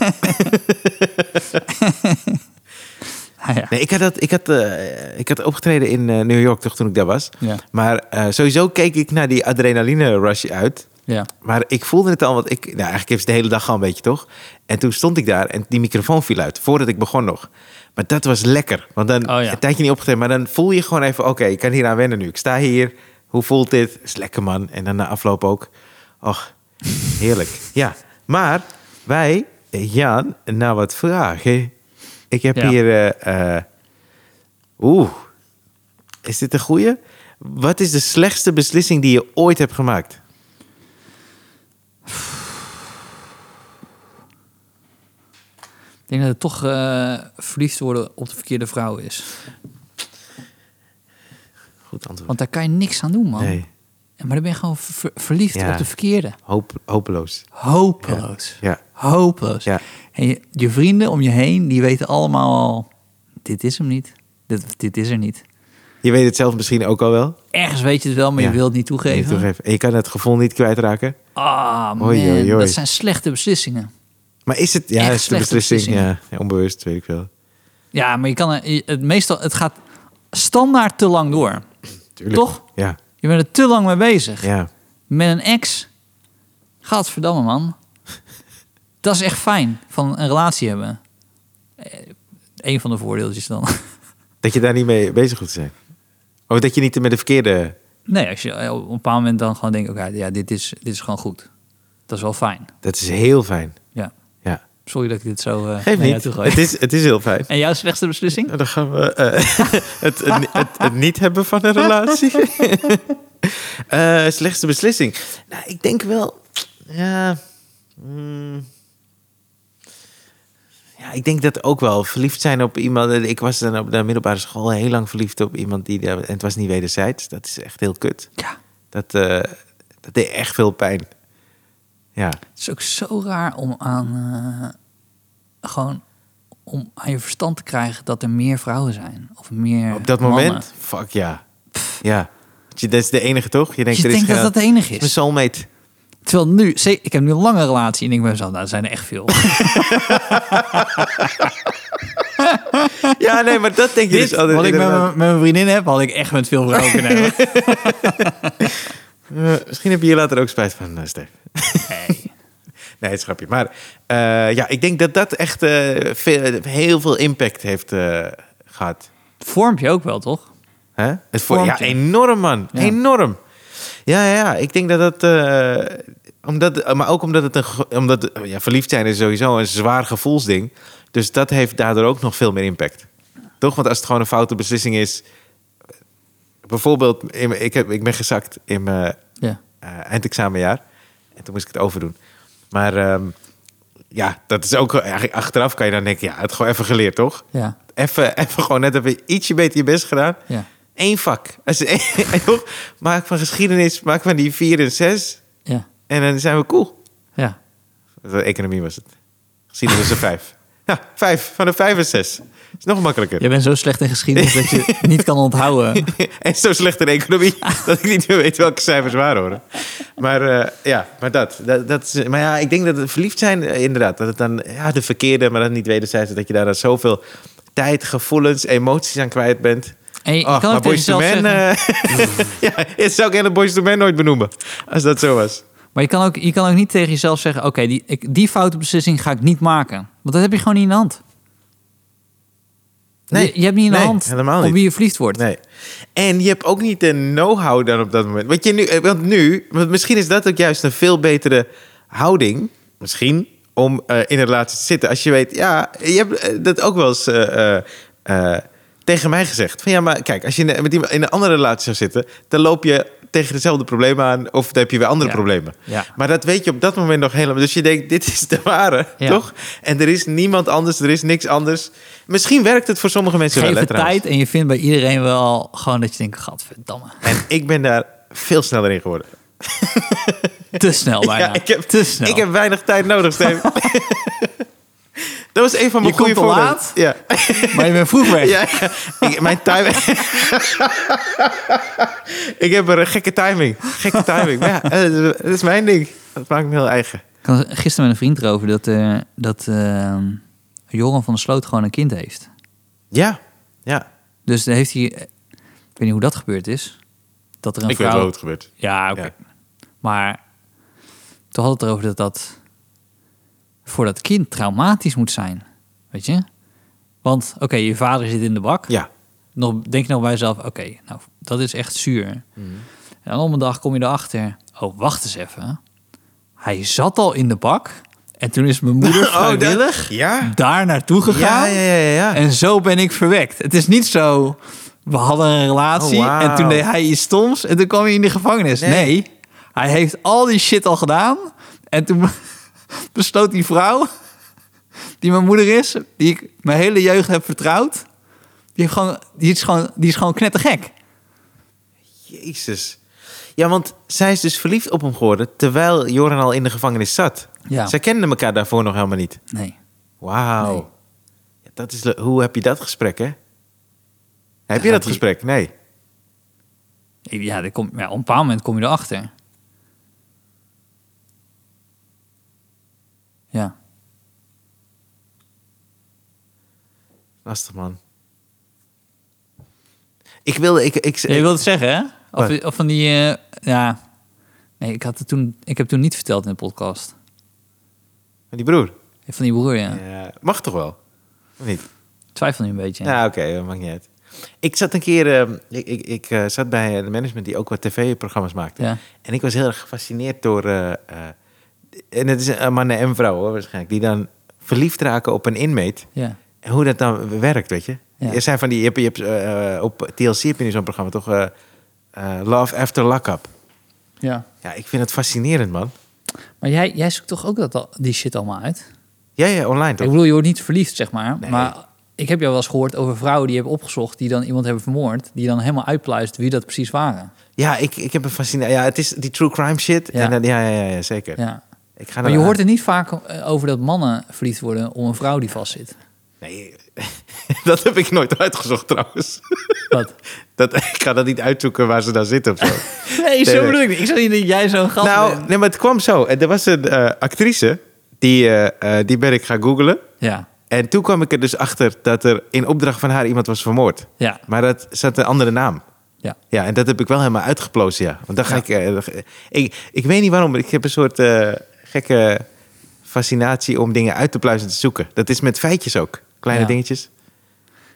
Ah, ja.
Nee, ik had, dat, ik had, eh, ik had opgetreden in eh, New York toch toen ik daar was.
Ja.
Maar eh, sowieso keek ik naar die adrenaline rush uit.
ja.
Maar ik voelde het al, want ik, nou eigenlijk heeft het de hele dag al een beetje toch? En toen stond ik daar en die microfoon viel uit, voordat ik begon nog. Maar dat was lekker, want dan
Oh ja.
een tijdje niet opgetreden, maar dan voel je gewoon even, oké, ik kan hier aan wennen nu. Ik sta hier, hoe voelt dit? Is lekker man. En dan na afloop ook, och, heerlijk. ja, maar wij, eh, Jan, nou wat vragen. Ik heb
Ja.
hier, eh, eh, oeh, is dit een goeie? Wat is de slechtste beslissing die je ooit hebt gemaakt?
Ik denk dat het toch eh, verliefd worden op de verkeerde vrouw is.
Goed antwoord.
Want daar kan je niks aan doen, man.
Nee,
En Maar dan ben je gewoon ver- verliefd
Ja.
op de verkeerde.
hoop, hopeloos.
Hopeloos.
Ja.
Hopeloos.
Ja.
En je, je vrienden om je heen, die weten allemaal al... Dit is hem niet. Dit, dit is er niet.
Je weet het zelf misschien ook al wel.
Ergens weet je het wel, maar
Ja.
je wilt het niet toegeven.
Niet toegeven. En je kan het gevoel niet kwijtraken.
Ah, man.
Oei, oei, oei.
Dat zijn slechte beslissingen.
Maar is het... Ja,
Echt
is de
slechte
beslissing. Ja, ja, onbewust, weet ik wel.
Ja, maar je kan... er- je- Het, meestal, het gaat standaard te lang door.
Tuurlijk.
Toch?
Ja,
Je bent er te lang mee bezig.
ja.
Met een ex. Gadverdamme, man. dat is echt fijn, van een relatie hebben. Eh, Een van de voordeeltjes dan.
Dat je daar niet mee bezig hoeft te zijn. Of dat je niet met de verkeerde...
Nee, als je eh, op een bepaald moment dan gewoon denkt... oké, ja, dit is, dit is gewoon goed. Dat is wel fijn.
Dat is heel fijn.
Ja.
Ja.
Sorry dat ik dit zo eh
Geef
naar jou
niet.
toe gooi.
Het is, het is heel fijn.
En jouw slechtste beslissing?
Dan gaan we eh, het, het, het, het niet hebben van een relatie. Eh, slechtste beslissing. Nou, ik denk wel. Ja. mm. ja, ik denk dat ook wel. Verliefd zijn op iemand. eh, Ik was dan op de middelbare school heel lang verliefd op iemand die. daar- En het was niet wederzijds. Dat is echt heel kut.
Ja.
Dat, eh, dat deed echt veel pijn. Ja.
Het is ook zo raar om aan... eh, gewoon om aan je verstand te krijgen dat er meer vrouwen zijn. Of meer
Op dat
mannen.
moment. Fuck ja. Ja. Want je- Dat is de enige toch? Je denkt,
je
er is
denkt dat
geen-
dat de enige
Mijn
is.
soulmate.
Terwijl nu, ze- ik heb nu een lange relatie en ik ben mezelf, nou, er zijn er echt veel.
Ja, nee, maar dat denk je
Dit,
dus altijd.
wat ik met mijn,
inderdaad.
met mijn vriendin heb, had ik echt met veel vrouwen kunnen hebben.
Eh, misschien heb je hier later ook spijt van, eh, Stef. Nee, het is een grapje. Maar eh, ja, ik denk dat dat echt eh, veel, heel veel impact heeft eh, gehad.
Vormt je ook wel, toch?
Hè? Het voor,
Vormt
ja,
je.
enorm, man.
Ja.
Enorm. Ja, ja, ja, ik denk dat dat... eh, omdat, maar ook omdat het een... ge- Omdat, ja, verliefd zijn is sowieso een zwaar gevoelsding. Dus dat heeft daardoor ook nog veel meer impact. Toch? Want als het gewoon een foute beslissing is... Bijvoorbeeld, in mijn- ik, heb, ik ben gezakt in mijn
Ja.
eh, eindexamenjaar. En toen moest ik het overdoen. Maar ehm, ja, dat is ook... Eigenlijk achteraf kan je dan denken, ja, het gewoon even geleerd, toch?
Ja.
Even, even gewoon net even ietsje beter je best gedaan.
Ja.
Eén vak. Als je- en toch, maak van geschiedenis, maak van die vier en zes.
Ja.
En dan zijn we cool.
Ja.
De economie was het. Geschiedenis een vijf. Ja, vijf. Van de vijf en zes. is nog makkelijker.
Je bent zo slecht in geschiedenis dat je het niet kan onthouden.
en zo slecht in de economie dat ik niet meer weet welke cijfers waar horen. Maar eh, ja, maar dat, dat, dat is, Maar ja, ik denk dat het verliefd zijn, eh, inderdaad, dat het dan ja, de verkeerde, maar dat niet wederzijds, dat je daar dan zoveel tijd, gevoelens, emoties aan kwijt bent.
En je, je
Ach,
kan
maar
ook tegen
Boyz II
jezelf
Men,
zeggen,
eh, ja, het zou ik hele Boys to Men nooit benoemen. Als dat zo was.
Maar je kan, ook, je kan ook niet tegen jezelf zeggen: Oké, die, ik- die foute beslissing ga ik niet maken. Want dat heb je gewoon niet in de hand.
Nee.
je, je hebt niet in de
Nee,
hand
helemaal niet.
op wie je verliefd wordt.
Nee. En je hebt ook niet de know-how dan op dat moment. Want, je nu, eh, want nu, want misschien is dat ook juist een veel betere houding, misschien, om eh, in een relatie te zitten. Als je weet, ja, je hebt eh, dat ook wel eens eh, eh, eh, tegen mij gezegd. Van ja, maar kijk, als je in- met iemand in een andere relatie zou zitten, dan loop je tegen dezelfde problemen aan of dan heb je weer andere
Ja.
problemen.
Ja.
Maar dat weet je op dat moment nog helemaal. Dus je denkt, dit is de ware,
Ja.
toch? En er is niemand anders, er is niks anders. Misschien werkt het voor sommige mensen
Geef
wel, hè,
het
trouwens.
tijd en je vindt bij iedereen wel gewoon dat je denkt, gadverdamme.
En ik ben daar veel sneller in geworden.
Te snel bijna.
ik, heb,
te snel.
ik heb weinig tijd nodig, Steven. Dat was een van mijn
Je
goede
komt te
voorbeelden.
laat.
Ja.
Maar je bent vroeg weg.
ja, ja. Ik, mijn timing. ik heb een gekke timing. Gekke timing. Maar ja, eh, dat is- dat is mijn ding. Dat maakt me heel eigen.
Ik had gisteren met een vriend erover dat, eh, dat eh, Joran van der Sloot gewoon een kind heeft.
Ja, ja.
Dus dan heeft hij... Ik weet niet hoe dat gebeurd is. Dat er een
Ik weet
vrouw...
wel hoe het gebeurt.
Ja, oké.
Ja.
Maar toen had het erover dat dat voor dat kind traumatisch moet zijn. Weet je? Want, oké, je vader zit in de bak.
Ja.
Nog, denk je nog bij jezelf, oké, nou, dat is echt zuur. En dan op een dag kom je erachter, oh, wacht eens even. Hij zat al in de bak en toen is mijn moeder
Oh, dat-
vrijwillig
ja.
daar naartoe
Ja,
gegaan.
ja, ja, ja, ja.
En zo ben ik verwekt. Het is niet zo, we hadden een relatie
Oh, wauw.
en toen deed hij iets stoms en toen kwam hij in de gevangenis.
Nee.
Nee, hij heeft al die shit al gedaan en toen besloot die vrouw, die mijn moeder is, die ik mijn hele jeugd heb vertrouwd, die, heeft gewoon, die, is, gewoon, die is gewoon knettergek.
Jezus. Ja, want zij is dus verliefd op hem geworden... terwijl Joran al in de gevangenis zat.
Ja.
Zij kenden elkaar daarvoor nog helemaal niet.
Nee.
Wauw.
Nee.
Ja, dat is, le- hoe heb je dat gesprek, hè? Heb je
Ja,
dat
die-
gesprek? Nee.
Ja, daar kom, ja, op een bepaald moment kom je erachter. Ja.
Lastig, man. Ik wilde... Ik, ik, eh,
Ja, je wilde het zeggen, hè? Of,
Wat?
of van die... eh, ja. Nee, ik, had het toen, ik heb het toen niet verteld in de podcast.
Die broer.
Van die broer, ja.
Ja, mag toch wel? Of niet?
Ik Twijfel nu een beetje.
Ja, oké, dat maakt niet uit. Ik zat een keer, ehm, ik, ik, ik eh, zat bij de management die ook wat tv-programma's maakte.
Ja.
En ik was heel erg gefascineerd door, eh, eh, en het is een mannen en vrouwen hoor, waarschijnlijk, die dan verliefd raken op een inmate.
Ja.
En hoe dat dan werkt, weet je.
Ja.
Er zijn van die, je hebt, je hebt, eh, op TLC heb je nu zo'n programma, toch? eh, eh, Love After Lockup.
ja.
Ja, ik vind het fascinerend, man.
Maar jij, jij zoekt toch ook dat, al- die shit allemaal uit?
Ja, ja, online toch?
Ik bedoel, je wordt niet verliefd, zeg maar.
Nee.
Maar ik heb jou wel eens gehoord over vrouwen die hebben opgezocht... die dan iemand hebben vermoord... die dan helemaal uitpluist wie dat precies waren.
Ja, ik, ik heb een fascinatie. Ja, het is die true crime shit.
Ja.
En dan- ja, ja, ja, ja, zeker.
Ja.
Ik ga
Maar je
eraan.
hoort er niet vaak eh, over dat mannen verliefd worden... om een vrouw die vastzit.
Nee, dat heb ik nooit uitgezocht trouwens.
Wat?
Dat, ik ga dat niet uitzoeken waar ze daar zitten of zo.
Nee,
Nee,
zo
nee.
bedoel ik niet. Ik zou niet dat jij zo'n gat
nou,
bent.
nee, maar het kwam zo. En Er was een eh, actrice, die, eh, eh, die ben ik gaan googlen.
Ja.
En toen kwam ik er dus achter dat er in opdracht van haar iemand was vermoord.
Ja.
Maar dat zat een andere naam.
Ja.
Ja, en dat heb ik wel helemaal uitgeplozen, ja. Want dan ga ik, eh, dan ga- ik... Ik weet niet waarom, maar ik heb een soort eh, gekke fascinatie om dingen uit te pluizen en te zoeken. Dat is met feitjes ook. Kleine
Ja.
dingetjes.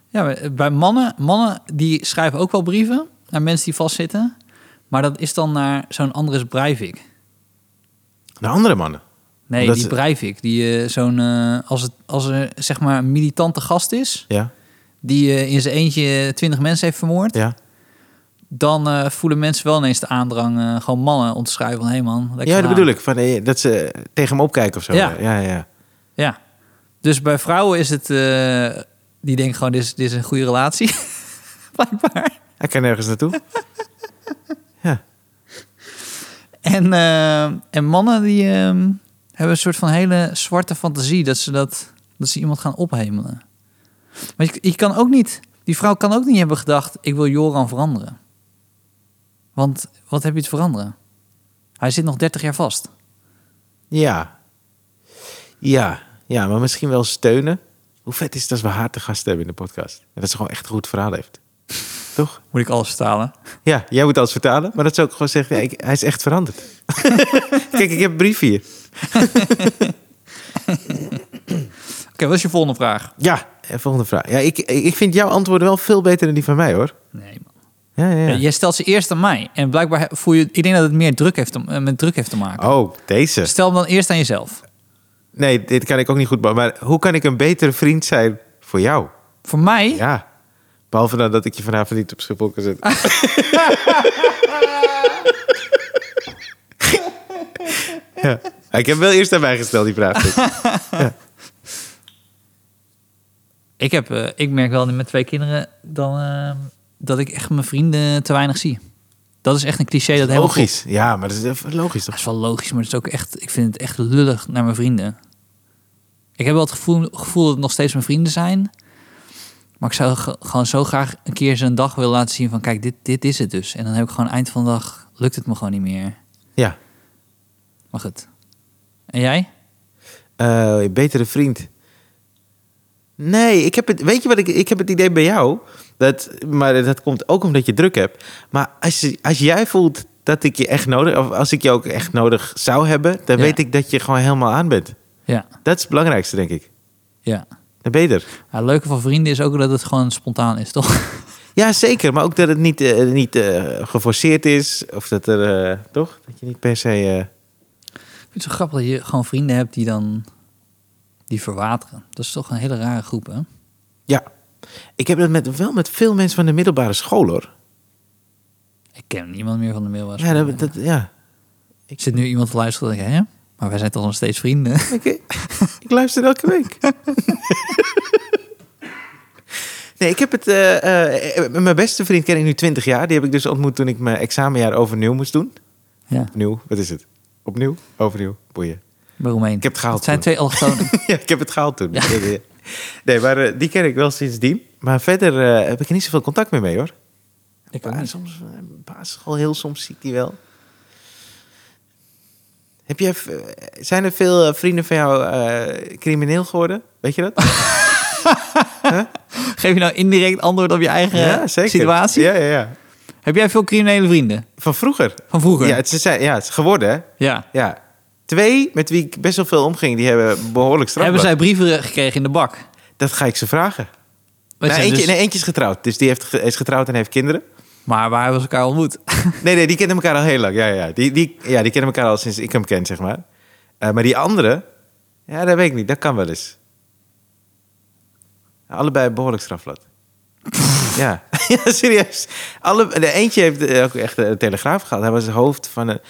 Ja, maar eh, bij mannen, mannen die schrijven ook wel brieven naar mensen die vastzitten. Maar dat is dan naar zo'n Andres Breivik.
Naar andere mannen.
Nee,
Omdat
die
ze-
Breivik, die eh, zo'n... eh, als, het, als er zeg maar een militante gast is...
Ja,
die eh, in zijn eentje twintig mensen heeft vermoord...
ja.
dan eh, voelen mensen wel ineens de aandrang... eh, gewoon mannen om te schrijven van... hé hey man, lekker
ja, dat
gedaan.
bedoel ik. Van, eh, dat ze tegen hem opkijken of zo.
Ja.
ja, ja.
Ja. Dus bij vrouwen is het... eh, die denken gewoon, dit is, dit is een goede relatie. Blijkbaar.
Hij kan nergens naartoe. ja.
En, eh, en mannen die eh, hebben een soort van hele zwarte fantasie dat ze, dat, dat ze iemand gaan ophemelen. Maar je, je kan ook niet, die vrouw kan ook niet hebben gedacht: ik wil Joran veranderen. Want wat heb je te veranderen? Hij zit nog 30 jaar vast.
ja. Ja. Ja, maar misschien wel steunen. Hoe vet is het als we haar te gast hebben in de podcast? En dat ze gewoon echt een goed verhaal heeft. Toch?
Moet ik alles vertalen?
Ja, jij moet alles vertalen. Maar dat zou ik gewoon zeggen, ja, ik- hij is echt veranderd. Kijk, ik heb een brief hier.
Oké, wat is je volgende vraag?
Ja, eh, volgende vraag. Ja, ik, ik vind jouw antwoorden wel veel beter dan die van mij, hoor.
Nee, man.
Ja, ja, ja.
Jij stelt ze eerst aan mij. En blijkbaar he- voel je... Ik denk dat het meer druk heeft te, eh, met druk heeft te maken.
Oh, deze.
Stel hem dan eerst aan jezelf.
Nee, dit kan ik ook niet goed. be- Maar hoe kan ik een betere vriend zijn voor jou?
Voor mij...
Ja. Behalve nou dat ik je vanavond niet op Schiphol kan zetten. ja. Ik heb wel eerst aan mij gesteld die vraag. dus.
Ik, heb, eh, ik merk wel met twee kinderen dan, eh, dat ik echt mijn vrienden te weinig zie. Dat is echt een cliché. Dat helemaal klopt.
Logisch. Ja, maar dat is even logisch
Dat
toch?
is wel logisch, maar dat is ook echt, ik vind het echt lullig naar mijn vrienden. Ik heb wel het gevoel, gevoel dat het nog steeds mijn vrienden zijn. Maar ik zou ge- gewoon zo graag een keer ze een dag willen laten zien van... kijk, dit, dit is het dus. En dan heb ik gewoon eind van de dag... lukt het me gewoon niet meer.
Ja.
Maar goed. En jij?
Eh, betere vriend. Nee, ik heb het, weet je wat ik, ik heb het idee bij jou? Dat, maar dat komt ook omdat je druk hebt. Maar als, je- als jij voelt dat ik je echt nodig, of als ik je ook echt nodig zou hebben, dan
Ja.
weet ik dat je gewoon helemaal aan bent.
Ja,
Dat is het belangrijkste, denk ik.
ja.
Dan ben je er.
Ja, Het leuke van vrienden is ook dat het gewoon spontaan is, toch?
Ja, zeker. Maar ook dat het niet, eh, niet eh, geforceerd is. Of dat er, eh, toch? Dat je niet per se... eh,
Ik vind het zo grappig dat je gewoon vrienden hebt die dan... die verwateren. Dat is toch een hele rare groep, hè?
Ja. Ik heb dat met, wel met veel mensen van de middelbare school, hoor.
Ik ken niemand meer van de mail.
Ja, dat, dat- ja.
Ik zit nu iemand te luisteren en denk, hè? Maar wij zijn toch nog steeds vrienden?
Ik, eh, ik luister elke week. nee, ik heb het... eh, eh, mijn beste vriend ken ik nu 20 jaar. Die heb ik dus ontmoet toen ik mijn examenjaar overnieuw moest doen.
Ja,
Opnieuw, wat is het? Opnieuw, overnieuw, boeien.
waarom heen?
Ik heb het gehaald
Het zijn twee allochtonen.
ja, ik heb het gehaald toen. Nee, maar eh, die ken ik wel sindsdien. Maar verder eh, heb ik er niet zoveel contact meer mee, hoor.
ik
Ba- soms, eh, basisschool, heel soms zie ik die wel. Heb je, v- eh, zijn er veel eh, vrienden van jou eh, crimineel geworden? Weet je dat?
Geef je nou indirect antwoord op je eigen eh, situatie?
Ja, ja, ja.
Heb jij veel criminele vrienden?
Van vroeger.
Van vroeger?
Ja, het, ze zijn, ja, het is geworden, hè?
Ja.
Ja. Twee met wie ik best wel veel omging, die hebben behoorlijk straf.
Hebben zij brieven gekregen in de bak?
Dat ga ik ze vragen.
Wij
Nou,
zijn
eentje,
dus-
nee, eentje is getrouwd, dus die heeft, ge- is getrouwd en heeft kinderen.
Maar waar hebben ze elkaar ontmoet?
Nee, nee, die kennen elkaar al heel lang. Ja, ja, ja. Die, die, ja, die kennen elkaar al sinds ik hem ken, zeg maar. Eh, maar die andere, ja, dat weet ik niet. Dat kan wel eens. Allebei behoorlijk strafblad. ja. ja, serieus. Alle, de eentje heeft eh, ook echt een telegraaf gehad. Hij was hoofd van een,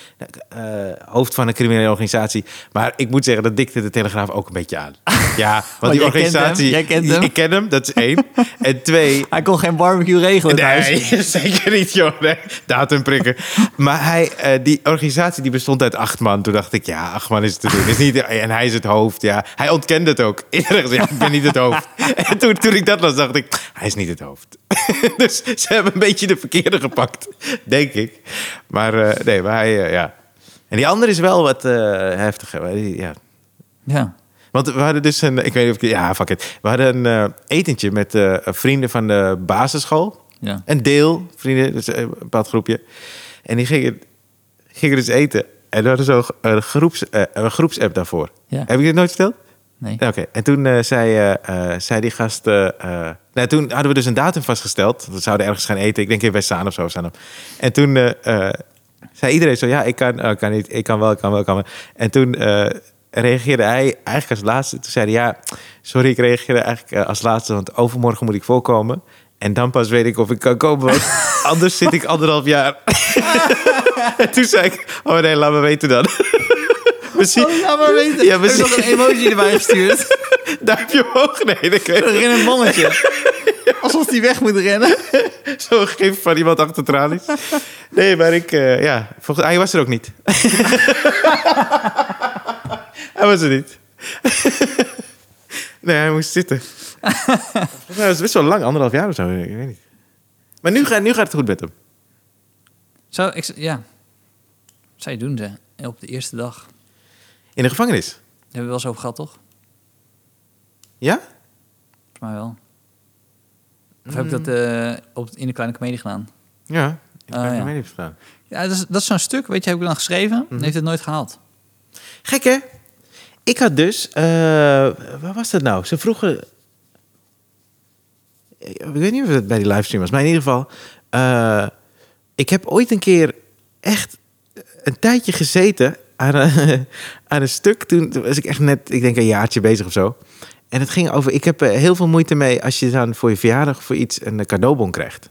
eh, hoofd van een criminele organisatie. Maar ik moet zeggen, dat dikte de telegraaf ook een beetje aan. Ja, want die
jij kent hem,
organisatie...
jij kent hem.
Ik ken hem, dat is één. en twee,
Hij kon geen barbecue regelen thuis.
Nee, zeker niet, joh. Nee. Datum prikken. Maar hij, eh, die organisatie die bestond uit acht man. Toen dacht ik, ja, acht man is te doen. Is niet, en hij is het hoofd, ja. Hij ontkende het ook. Iedereen zei, ja, ik ben niet het hoofd. En toen, toen ik dat las, dacht ik, hij is niet het hoofd. dus ze hebben een beetje de verkeerde gepakt, denk ik. Maar eh, nee, maar hij, eh, ja. En die andere is wel wat eh, heftiger. maar die- Ja,
Ja.
want we hadden dus een, ik weet niet of ik, ja, fuck it. We hadden een eh, etentje met eh, vrienden van de basisschool.
Ja.
Een deel vrienden, dus een bepaald groepje. En die gingen, gingen dus eten. En we hadden zo een, groeps, eh, een groepsapp daarvoor.
Ja.
Heb ik dit nooit verteld?
Nee.
Oké, en toen eh, zei, eh, eh, zei die gast... eh, eh, nou, toen hadden we dus een datum vastgesteld. We zouden ergens gaan eten. Ik denk in Westzaan of zo. Zaan. En toen eh, eh, zei iedereen zo... Ja, ik kan, oh, ik kan niet. Ik kan wel, ik kan wel, ik kan wel. En toen eh, reageerde hij eigenlijk als laatste. Toen zei hij... Ja, sorry, ik reageerde eigenlijk eh, als laatste. Want overmorgen moet ik voorkomen. En dan pas weet ik of ik kan komen. Want anders zit ik anderhalf jaar. en toen zei ik... Oh nee, laat me weten dan. Misschien,
laat maar weten.
Ja,
Heb ik nog
misschien-
een emoji erbij gestuurd?
duimpje omhoog. Nee, ik weet het.
Een rennend mannetje. Alsof die weg moet rennen.
Zo'n gif van iemand achter tralies. Nee, maar ik... eh, ja, volgens, hij was er ook niet. hij was er niet. nee, hij moest zitten. volgens mij was het best wel lang, anderhalf jaar of zo. Ik weet niet. Maar nu, ga, nu gaat het goed met hem.
Zou ik... Ja. Wat zou je doen, ze? Op de eerste dag. Daar
In de gevangenis.
hebben we wel zo over gehad, toch?
Ja?
Volgens mij wel. Of heb ik dat eh, op, in de kleine comedie gedaan?
Ja. Ik
Oh,
ben
ja.
er mee niet verstaan.
Mhm. Ja, dat is, dat is zo'n stuk, weet je, heb ik dan geschreven en heeft het nooit gehaald.
Gek, hè? Ik had dus, eh waar was dat nou? Ze vroegen, ik weet niet of het bij die livestream was, maar in ieder geval, eh, ik heb ooit een keer echt een tijdje gezeten aan een, aan een stuk. Toen was ik echt net, ik denk een jaartje bezig of zo. En het ging over, ik heb eh, heel veel moeite mee als je dan voor je verjaardag voor iets een eh, cadeaubon krijgt.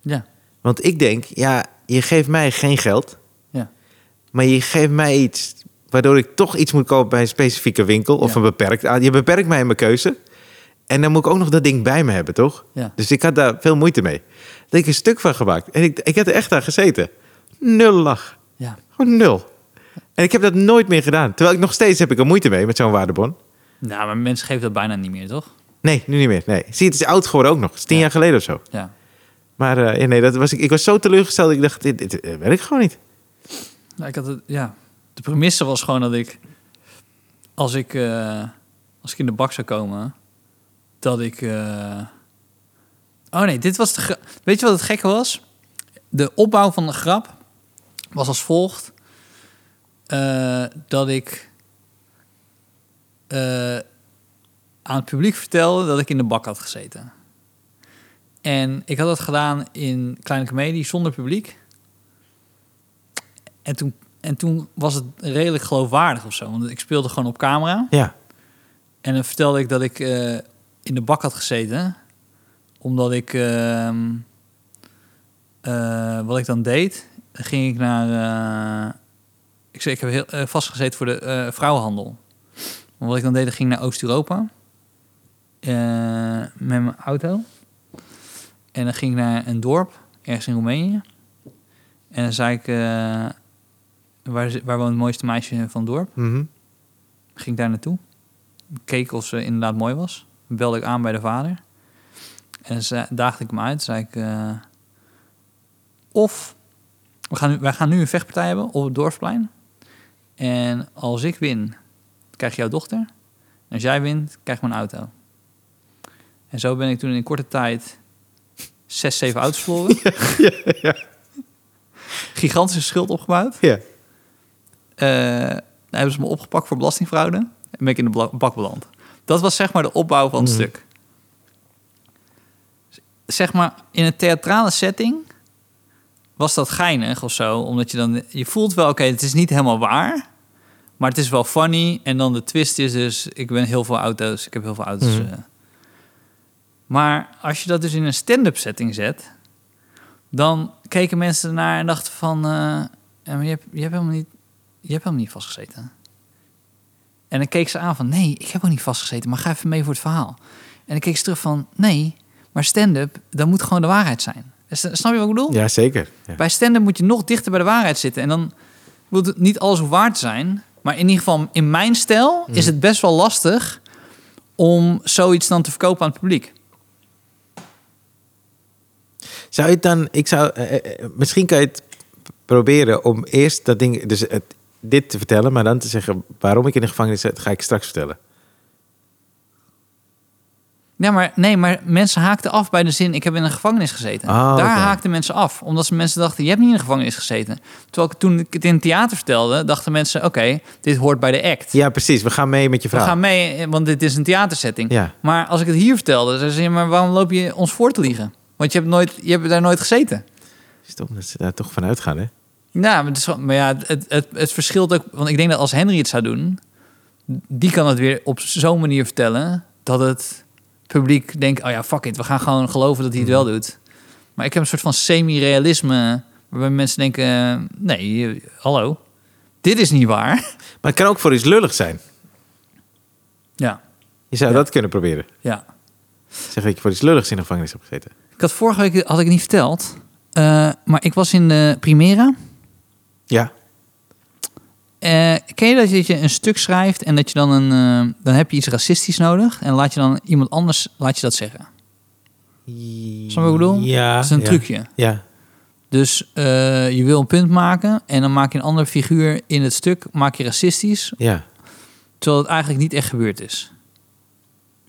Ja,
Want ik denk, ja, je geeft mij geen geld,
ja.
maar je geeft mij iets waardoor ik toch iets moet kopen bij een specifieke winkel of
Ja.
een beperkt. aan- Je beperkt mij in mijn keuze. En dan moet ik ook nog dat ding bij me hebben, toch?
Ja.
Dus ik had daar veel moeite mee. Daar heb ik een stuk van gemaakt. En ik, ik had er echt aan gezeten. Nul lach.
ja.
Gewoon nul. En ik heb dat nooit meer gedaan. Terwijl ik nog steeds heb ik er moeite mee met zo'n waardebon.
Nou, maar mensen geven dat bijna niet meer, toch?
Nee, nu niet meer. Nee. Zie, het is oud geworden ook nog. Het is tien
Ja.
jaar geleden of zo.
Ja.
Maar eh, ja, nee, dat was, ik- ik was zo teleurgesteld. Ik dacht, dit, dit, eh, werkt gewoon niet.
Nou, ik had het, ja. De premisse was gewoon dat ik, als ik, eh, als ik in de bak zou komen, dat ik. eh, Oh nee, dit was de. gra- Weet je wat het gekke was? De opbouw van de grap was als volgt: Eh, dat ik eh, aan het publiek vertelde dat ik in de bak had gezeten. En ik had dat gedaan in Kleine Comedie zonder publiek. En toen, en toen was het redelijk geloofwaardig of zo. Want ik speelde gewoon op camera.
Ja.
En dan vertelde ik dat ik eh, in de bak had gezeten. Omdat ik... ehm, eh, wat ik dan deed, dan ging ik naar... eh, ik zei, ik heb heel, eh, vastgezeten voor de eh, vrouwenhandel. Maar wat ik dan deed, dan ging ik naar Oost-Europa. eh, met mijn auto. En dan ging ik naar een dorp, ergens in Roemenië. En dan zei ik... eh, waar, zi- waar woont het mooiste meisje van het dorp?
Mhm.
ging ik daar naartoe. Keek of ze inderdaad mooi was. Belde ik aan bij de vader. En ze, daagde ik hem uit. Zei ik... eh, of, we gaan, nu- wij gaan nu een vechtpartij hebben op het dorpsplein. En als ik win, krijg je jouw dochter. En als jij wint, krijg ik mijn auto. En zo ben ik toen in korte tijd... zes, zeven auto's verloren. Gigantische schuld opgebouwd.
Ja.
Eh, nou hebben ze me opgepakt voor belastingfraude. En ben ik in de bla- bak beland. Dat was zeg maar de opbouw van het stuk. Z- Zeg maar, in een theatrale setting was dat geinig of zo. Omdat je dan, je voelt wel, oké, het is niet helemaal waar. Maar het is wel funny. En dan de twist is dus, ik ben heel veel auto's. Ik heb heel veel auto's. eh. Maar als je dat dus in een stand-up setting zet... dan keken mensen ernaar en dachten van... eh, ja, maar je, hebt, je, hebt helemaal niet, je hebt helemaal niet vastgezeten. En dan keek ze aan van... nee, ik heb ook niet vastgezeten, maar ga even mee voor het verhaal. En dan keek ze terug van... nee, maar stand-up, dan moet gewoon de waarheid zijn. S- Snap je wat ik bedoel?
ja, zeker. Ja.
Bij stand-up moet je nog dichter bij de waarheid zitten. En dan wil het niet alles hoeft waar te zijn. Maar in ieder geval, in mijn stijl is het best wel lastig om zoiets dan te verkopen aan het publiek.
Zou je het dan, ik zou, eh, eh, misschien kan je het proberen om eerst dat ding, dus het, dit te vertellen, maar dan te zeggen waarom ik in de gevangenis zit, ga ik straks vertellen.
Nee maar, nee, maar mensen haakten af bij de zin: ik heb in een gevangenis gezeten.
Ah,
Daar
oké.
haakten mensen af, omdat ze mensen dachten: je hebt niet in een gevangenis gezeten. Terwijl ik, toen ik het in het theater vertelde, dachten mensen: oké, dit hoort bij de act.
Ja, precies. We gaan mee met je
We
vraag.
gaan mee, eh, want dit is een theatersetting.
Ja.
Maar als ik het hier vertelde, zeiden ze: ja, maar waarom loop je ons voor te liegen? Want je hebt, nooit, je hebt daar nooit gezeten.
Stom dat ze daar toch van uitgaan, hè?
Nou, maar, het is gewoon- maar ja, het, het, het verschilt ook. Want ik denk dat als Henry het zou doen, die kan het weer op zo'n manier vertellen dat het publiek denkt: oh ja, fuck it, we gaan gewoon geloven dat hij het wel doet. Maar ik heb een soort van semi-realisme waarbij mensen denken: eh, nee, je- hallo, dit is niet waar.
Maar het kan ook voor iets lullig zijn.
Ja,
Je zou dat kunnen proberen.
ja.
Zeg dat je voor iets lulligs in de gevangenis hebt gezeten.
Ik had vorige week had ik het niet verteld, eh, maar ik was in de Primera.
Ja.
Eh, ken je dat je- dat je een stuk schrijft en dat je dan een. eh, dan heb je iets racistisch nodig en laat je dan iemand anders laat je dat zeggen? Snap je wat ik bedoel?
Ja.
Dat is een
ja.
trucje.
Ja.
Dus eh, je wil een punt maken en dan maak je een andere figuur in het stuk, maak je racistisch,
Ja.
terwijl het eigenlijk niet echt gebeurd is.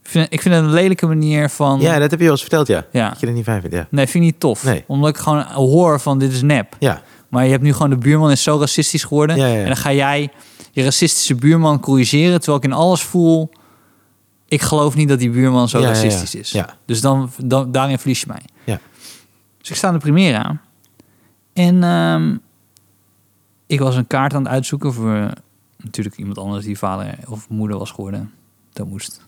Ik vind, ik vind het een lelijke manier van.
ja, dat heb je wel eens verteld, ja.
Ja.
Dat je er niet fijn vindt, ja.
Nee, vind ik niet tof.
Nee.
Omdat ik gewoon hoor van dit is nep.
Ja.
Maar je hebt nu gewoon de buurman is zo racistisch geworden.
Ja, ja, ja.
En dan ga jij je racistische buurman corrigeren... terwijl ik in alles voel... ik geloof niet dat die buurman zo
Ja, ja, ja.
racistisch is.
Ja.
Dus dan, dan, daarin verlies je mij.
Ja.
Dus ik sta aan de Primera. En ehm, ik was een kaart aan het uitzoeken voor eh, natuurlijk iemand anders die vader of moeder was geworden. Dat moest.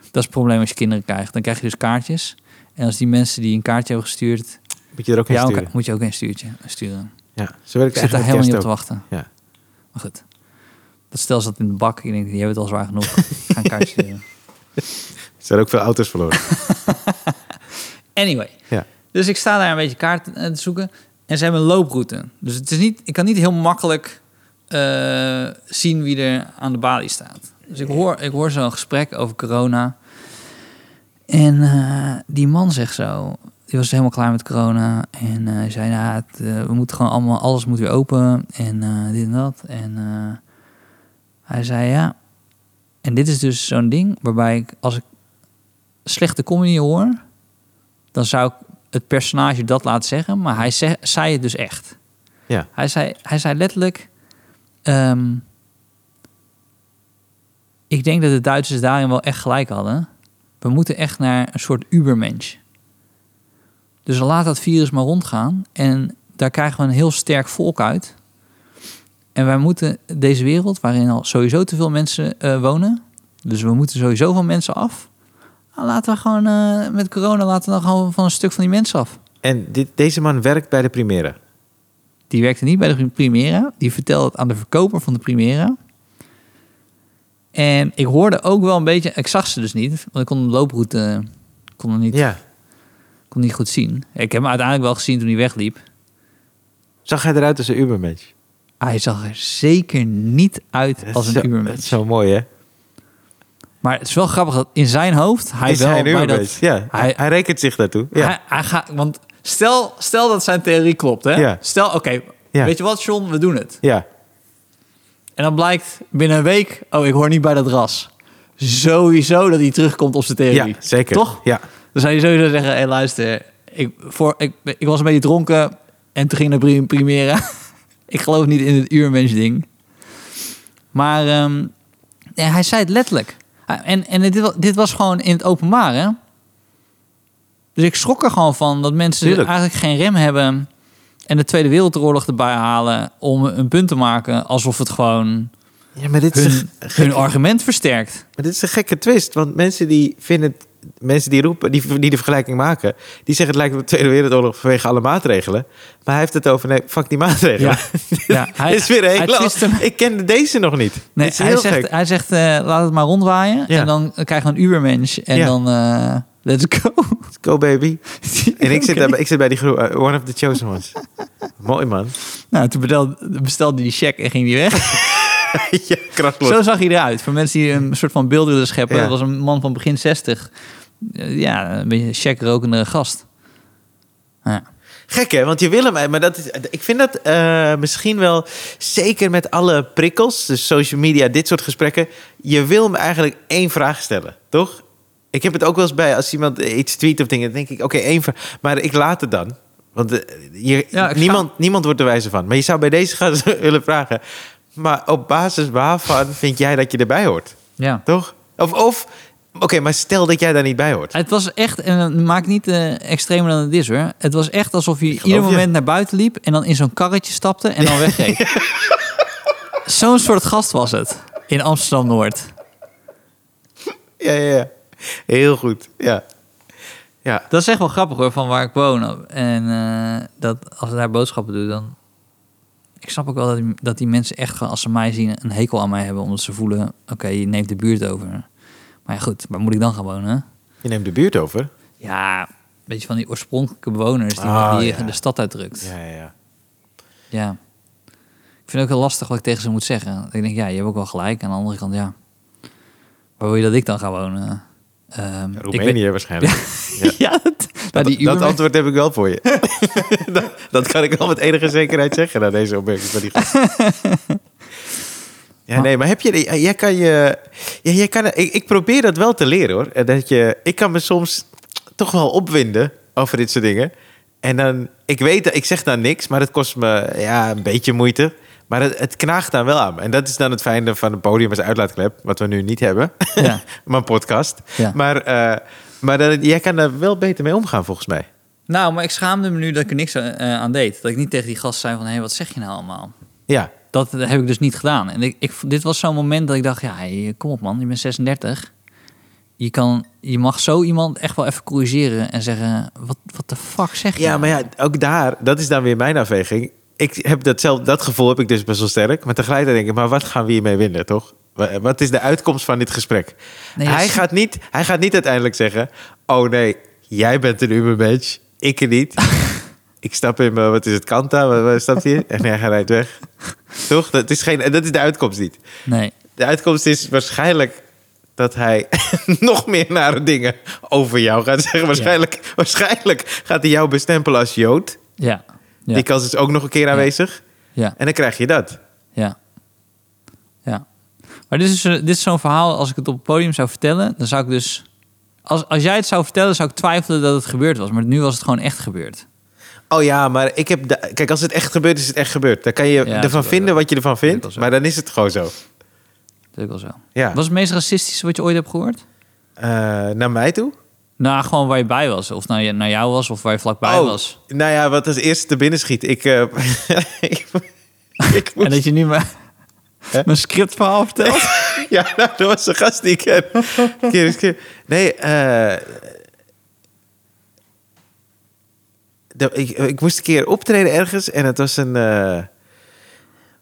Dat is het probleem als je kinderen krijgt. Dan krijg je dus kaartjes. En als die mensen die een kaartje hebben gestuurd,
Moet je er ook in
jou
sturen.
ka- moet je ook een stuurtje sturen.
Ja, zo werkt
Ik zit
het eigenlijk
daar helemaal
met
niet op
kerst
te
ook.
wachten.
Ja.
Maar goed. Dat stel zat in de bak. Ik denk, die hebben het al zwaar genoeg. Ik Ga een kaartje eh. sturen.
Er zijn ook veel auto's verloren.
Anyway.
Ja.
Dus ik sta daar een beetje kaart eh, te zoeken. En ze hebben een looproute. Dus het is niet, ik kan niet heel makkelijk eh, zien wie er aan de balie staat. Dus ik hoor, ik hoor zo'n gesprek over corona. En eh, die man zegt zo... Die was helemaal klaar met corona. En eh, hij zei, ja, het, eh, we moeten gewoon allemaal... Alles moet weer open. En eh, dit en dat. En eh, hij zei, ja... En dit is dus zo'n ding waarbij ik... Als ik slechte comedy hoor dan zou ik het personage dat laten zeggen. Maar hij ze- zei het dus echt.
Ja.
Hij, zei, hij zei letterlijk... ehm, ik denk dat de Duitsers daarin wel echt gelijk hadden. We moeten echt naar een soort ubermensch. Dus laat dat virus maar rondgaan. En daar krijgen we een heel sterk volk uit. En wij moeten deze wereld, waarin al sowieso te veel mensen eh, wonen... dus we moeten sowieso van mensen af... Nou, laten we gewoon eh, met corona laten we dan gewoon van een stuk van die mensen af.
En dit, deze man werkt bij de Primera.
Die werkte niet bij de Primera. Die vertelde het aan de verkoper van de Primera. En ik hoorde ook wel een beetje... Ik zag ze dus niet, want ik kon de looproute eh, kon er niet,
Ja.
kon niet goed zien. Ik heb hem uiteindelijk wel gezien toen hij wegliep.
Zag hij eruit als een Ubermensch?
Ah, Hij zag er zeker niet uit als
Dat
een
is zo- Dat is
ubermens.
zo mooi, hè?
Maar het is wel grappig dat in zijn hoofd hij
is
wel
hij een
bij dat...
Ubermensch? Ja. Hij,
Hij-
rekent zich daartoe. Ja.
Hij, hij gaat, want stel, stel dat zijn theorie klopt, hè?
Ja.
Stel, oké,
Ja.
weet je wat, John, we doen het.
ja.
En dan blijkt binnen een week, oh, ik hoor niet bij dat ras. Sowieso dat hij terugkomt op zijn theorie.
ja, zeker.
Toch?
Ja.
Dan zou je sowieso zeggen, hé, luister, ik, voor, ik, ik was een beetje dronken en toen ging ik naar Prim- Primera. ik geloof niet in het uurmens ding. Maar ehm, ja, hij zei het letterlijk. Hij- En, en dit, wa- dit was gewoon in het openbaar, hè? Dus ik schrok er gewoon van dat mensen
Tuurlijk.
eigenlijk geen rem hebben... en de Tweede Wereldoorlog erbij halen om een punt te maken... alsof het gewoon
ja, maar dit is
hun,
een
hun
gekke,
argument versterkt.
maar dit is een gekke twist. Want mensen die vinden... het- Mensen die roepen, die, die de vergelijking maken, die zeggen het lijkt op de Tweede Wereldoorlog vanwege alle maatregelen. Maar hij heeft het over, nee, fuck die maatregelen.
Ja. Ja, hij-
Dit is weer een
hij
hele-
twist hem.
Ik kende deze nog niet.
Nee,
Dit is
hij
heel
zegt,
gek.
hij zegt eh, laat het maar rondwaaien.
Ja.
En dan krijg je een Ubermensch. En
Ja.
dan eh, let's go.
Go baby. En ik zit,
Oké.
daar, ik zit bij die groep, eh, one of the chosen ones. Mooi man.
Nou, toen bestelde, bestelde die check en ging die weg.
ja, krasloos.
Zo zag hij eruit. Voor mensen die een soort van beeld willen scheppen.
Ja.
Dat was een man van begin 60. Eh, Ja, een beetje een check rokende gast. Ja.
Gek hè, want je wil hem... Maar dat is, ik vind dat eh, misschien wel... Zeker met alle prikkels, dus social media, dit soort gesprekken... Je wil hem eigenlijk één vraag stellen, toch? Ik heb het ook wel eens bij als iemand iets tweet of dingen... dan denk ik, oké, één vraag. Maar ik laat het dan. Want eh, je,
Ja, ik ga-
niemand, niemand wordt er wijze van. Maar je zou bij deze gaan willen vragen... Maar op basis waarvan vind jij dat je erbij hoort?
ja.
Toch? Of, of oké, maar stel dat jij daar niet bij hoort.
Het was echt, en het maakt niet eh, extremer dan het is hoor. Het was echt alsof je
geloof
ieder
je.
moment naar buiten liep en dan in zo'n karretje stapte en dan wegreed. zo'n soort gast was het in Amsterdam Noord.
Ja, ja, ja. Heel goed. Ja. Ja.
Dat is echt wel grappig hoor, van waar ik woon. En eh, dat als ik daar boodschappen doe, dan. Ik snap ook wel dat die, dat die mensen echt gewoon, als ze mij zien, een hekel aan mij hebben. Omdat ze voelen: oké, je neemt de buurt over. Maar ja, goed, waar moet ik dan gaan wonen?
Je neemt de buurt over.
Ja, weet je van die oorspronkelijke bewoners die,
Ah,
die
ja.
de stad uitdrukt.
Ja, ja, ja.
Ja. Ik vind het ook heel lastig wat ik tegen ze moet zeggen. Ik denk, ja, je hebt ook wel gelijk. Aan de andere kant, ja. Waar wil je dat ik dan ga wonen? Ehm, ik
Roemenië waarschijnlijk.
weet- ja, dat, nou,
dat,
die
dat
Ubermensch-
antwoord heb ik wel voor je. dat, dat kan ik wel met enige zekerheid zeggen na deze opmerking van die gast. Ja,
Maar-
nee, maar heb je... Jij kan je... ja, jij kan, ik, ik probeer dat wel te leren, hoor. En Dat je, ik kan me soms toch wel opwinden over dit soort dingen. En dan... Ik weet, dat- ik zeg dan niks, maar het kost me ja, een beetje moeite. Maar het, het knaagt daar wel aan. me. En dat is dan het fijne van het podium als uitlaatklep, wat we nu niet hebben.
Ja.
maar een podcast.
Ja.
Maar, eh, maar dat- jij kan daar wel beter mee omgaan, volgens mij.
Nou, maar ik schaamde me nu dat ik er niks eh, aan deed. Dat ik niet tegen die gast zei van, hé, hey, wat zeg je nou allemaal?
Ja,
Dat heb ik dus niet gedaan. En ik, ik, dit was zo'n moment dat ik dacht, ja, hey, kom op man, je bent 36. Je, kan, je mag zo iemand echt wel even corrigeren en zeggen, wat, wat de fuck zeg je?
ja
nou?
maar ja, ook daar, dat is dan weer mijn afweging. Ik heb dat, zelf, dat gevoel heb ik dus best wel sterk. Maar tegelijkertijd denk ik, maar wat gaan we hiermee winnen, toch? Wa- Wat is de uitkomst van dit gesprek?
Nee, dus- dat
hij,
is-
gaat niet, hij gaat niet uiteindelijk zeggen... oh nee, jij bent een Ubermatch, ik niet. ik stap in mijn, wat is het, Kanta? Waar, waar stapt hij in? En hij rijdt weg. Toch? Dat is, geen, en dat is de uitkomst niet.
Nee.
De uitkomst is waarschijnlijk dat hij nog meer nare dingen over jou gaat zeggen. Waarschijnlijk, waarschijnlijk gaat hij jou bestempelen als Jood.
Ja. Ja.
Die kans is ook nog een keer aanwezig.
ja.
En dan krijg je dat.
Ja. Ja. Maar dit is, eh, dit is zo'n verhaal, als ik het op het podium zou vertellen, dan zou ik dus... Als, als jij het zou vertellen, zou ik twijfelen dat het gebeurd was. Maar nu was het gewoon echt gebeurd.
Oh ja, maar ik heb. da- Kijk, als het echt gebeurt, is het echt gebeurd. Dan kan je
dat is
ervan
wel-
vinden wat je ervan
wel
vindt.
zo.
Maar dan is het gewoon zo.
Dat is ook wel zo.
Ja.
Was het meest racistische wat je ooit hebt gehoord?
Eh, naar mij toe?
Nou, gewoon waar je bij was. Of naar, je- naar jou was, of waar je vlakbij
Oh,
was.
Nou ja, wat als eerste te binnen schiet. Ik. eh, ik, ik moest-
En dat je nu maar
Hè?
mijn scriptverhaal vertelt.
Ja, nou, dat was een gast die ik ken. Keer is keer. Nee, eh, dat- ik, ik moest een keer optreden ergens en het was een, eh,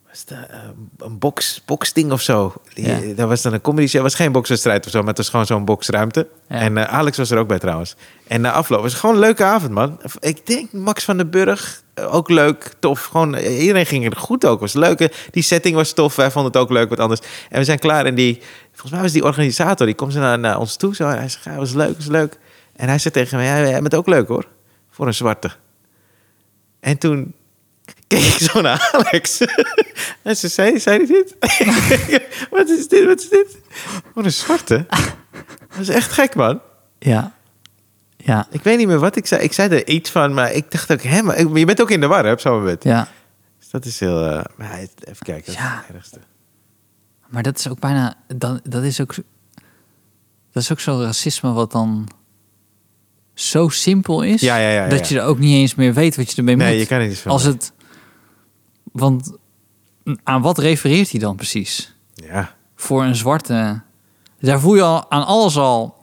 was dat, eh, een box, boxding of zo. Die-
Ja.
eh, Dat was dan een comedy show. Het was geen bokswedstrijd of zo, maar het was gewoon zo'n boksruimte.
Ja.
En eh, Alex was er ook bij trouwens. En na afloop was het gewoon een leuke avond, man. Ik denk Max van den Burg, eh, ook leuk, tof. Gewoon, eh, iedereen ging er goed ook. was leuk. Eh, Die setting was tof. Wij vonden het ook leuk, wat anders. En we zijn klaar. En die, volgens mij was die organisator, die komt zo naar, naar ons toe. Zo, en hij zegt, ja, was leuk, was leuk. En hij zei tegen mij, ja, jij bent ook leuk hoor, voor een zwarte. En toen keek ik zo naar Alex. en ze zei, zei hij dit? wat is dit, wat is dit? Wat een zwarte. Dat is echt gek, man.
Ja. Ja.
Ik weet niet meer wat ik zei. Ik zei er iets van, maar ik dacht ook, hè, maar ik- je bent ook in de war, hè, op zo'n moment.
Ja.
Dus dat is heel... eh, maar hij- even kijken, dat is
Ja.
het ergste.
Maar dat is ook bijna. Dan, dat is ook. Dat is ook zo'n racisme wat dan zo simpel is.
Ja, ja, ja, ja,
dat
ja.
je er ook niet eens meer weet wat je ermee moet.
Nee, je kan er niets van
Als het. Want aan wat refereert hij dan precies?
Ja.
Voor een zwarte. Daar voel je al aan alles al.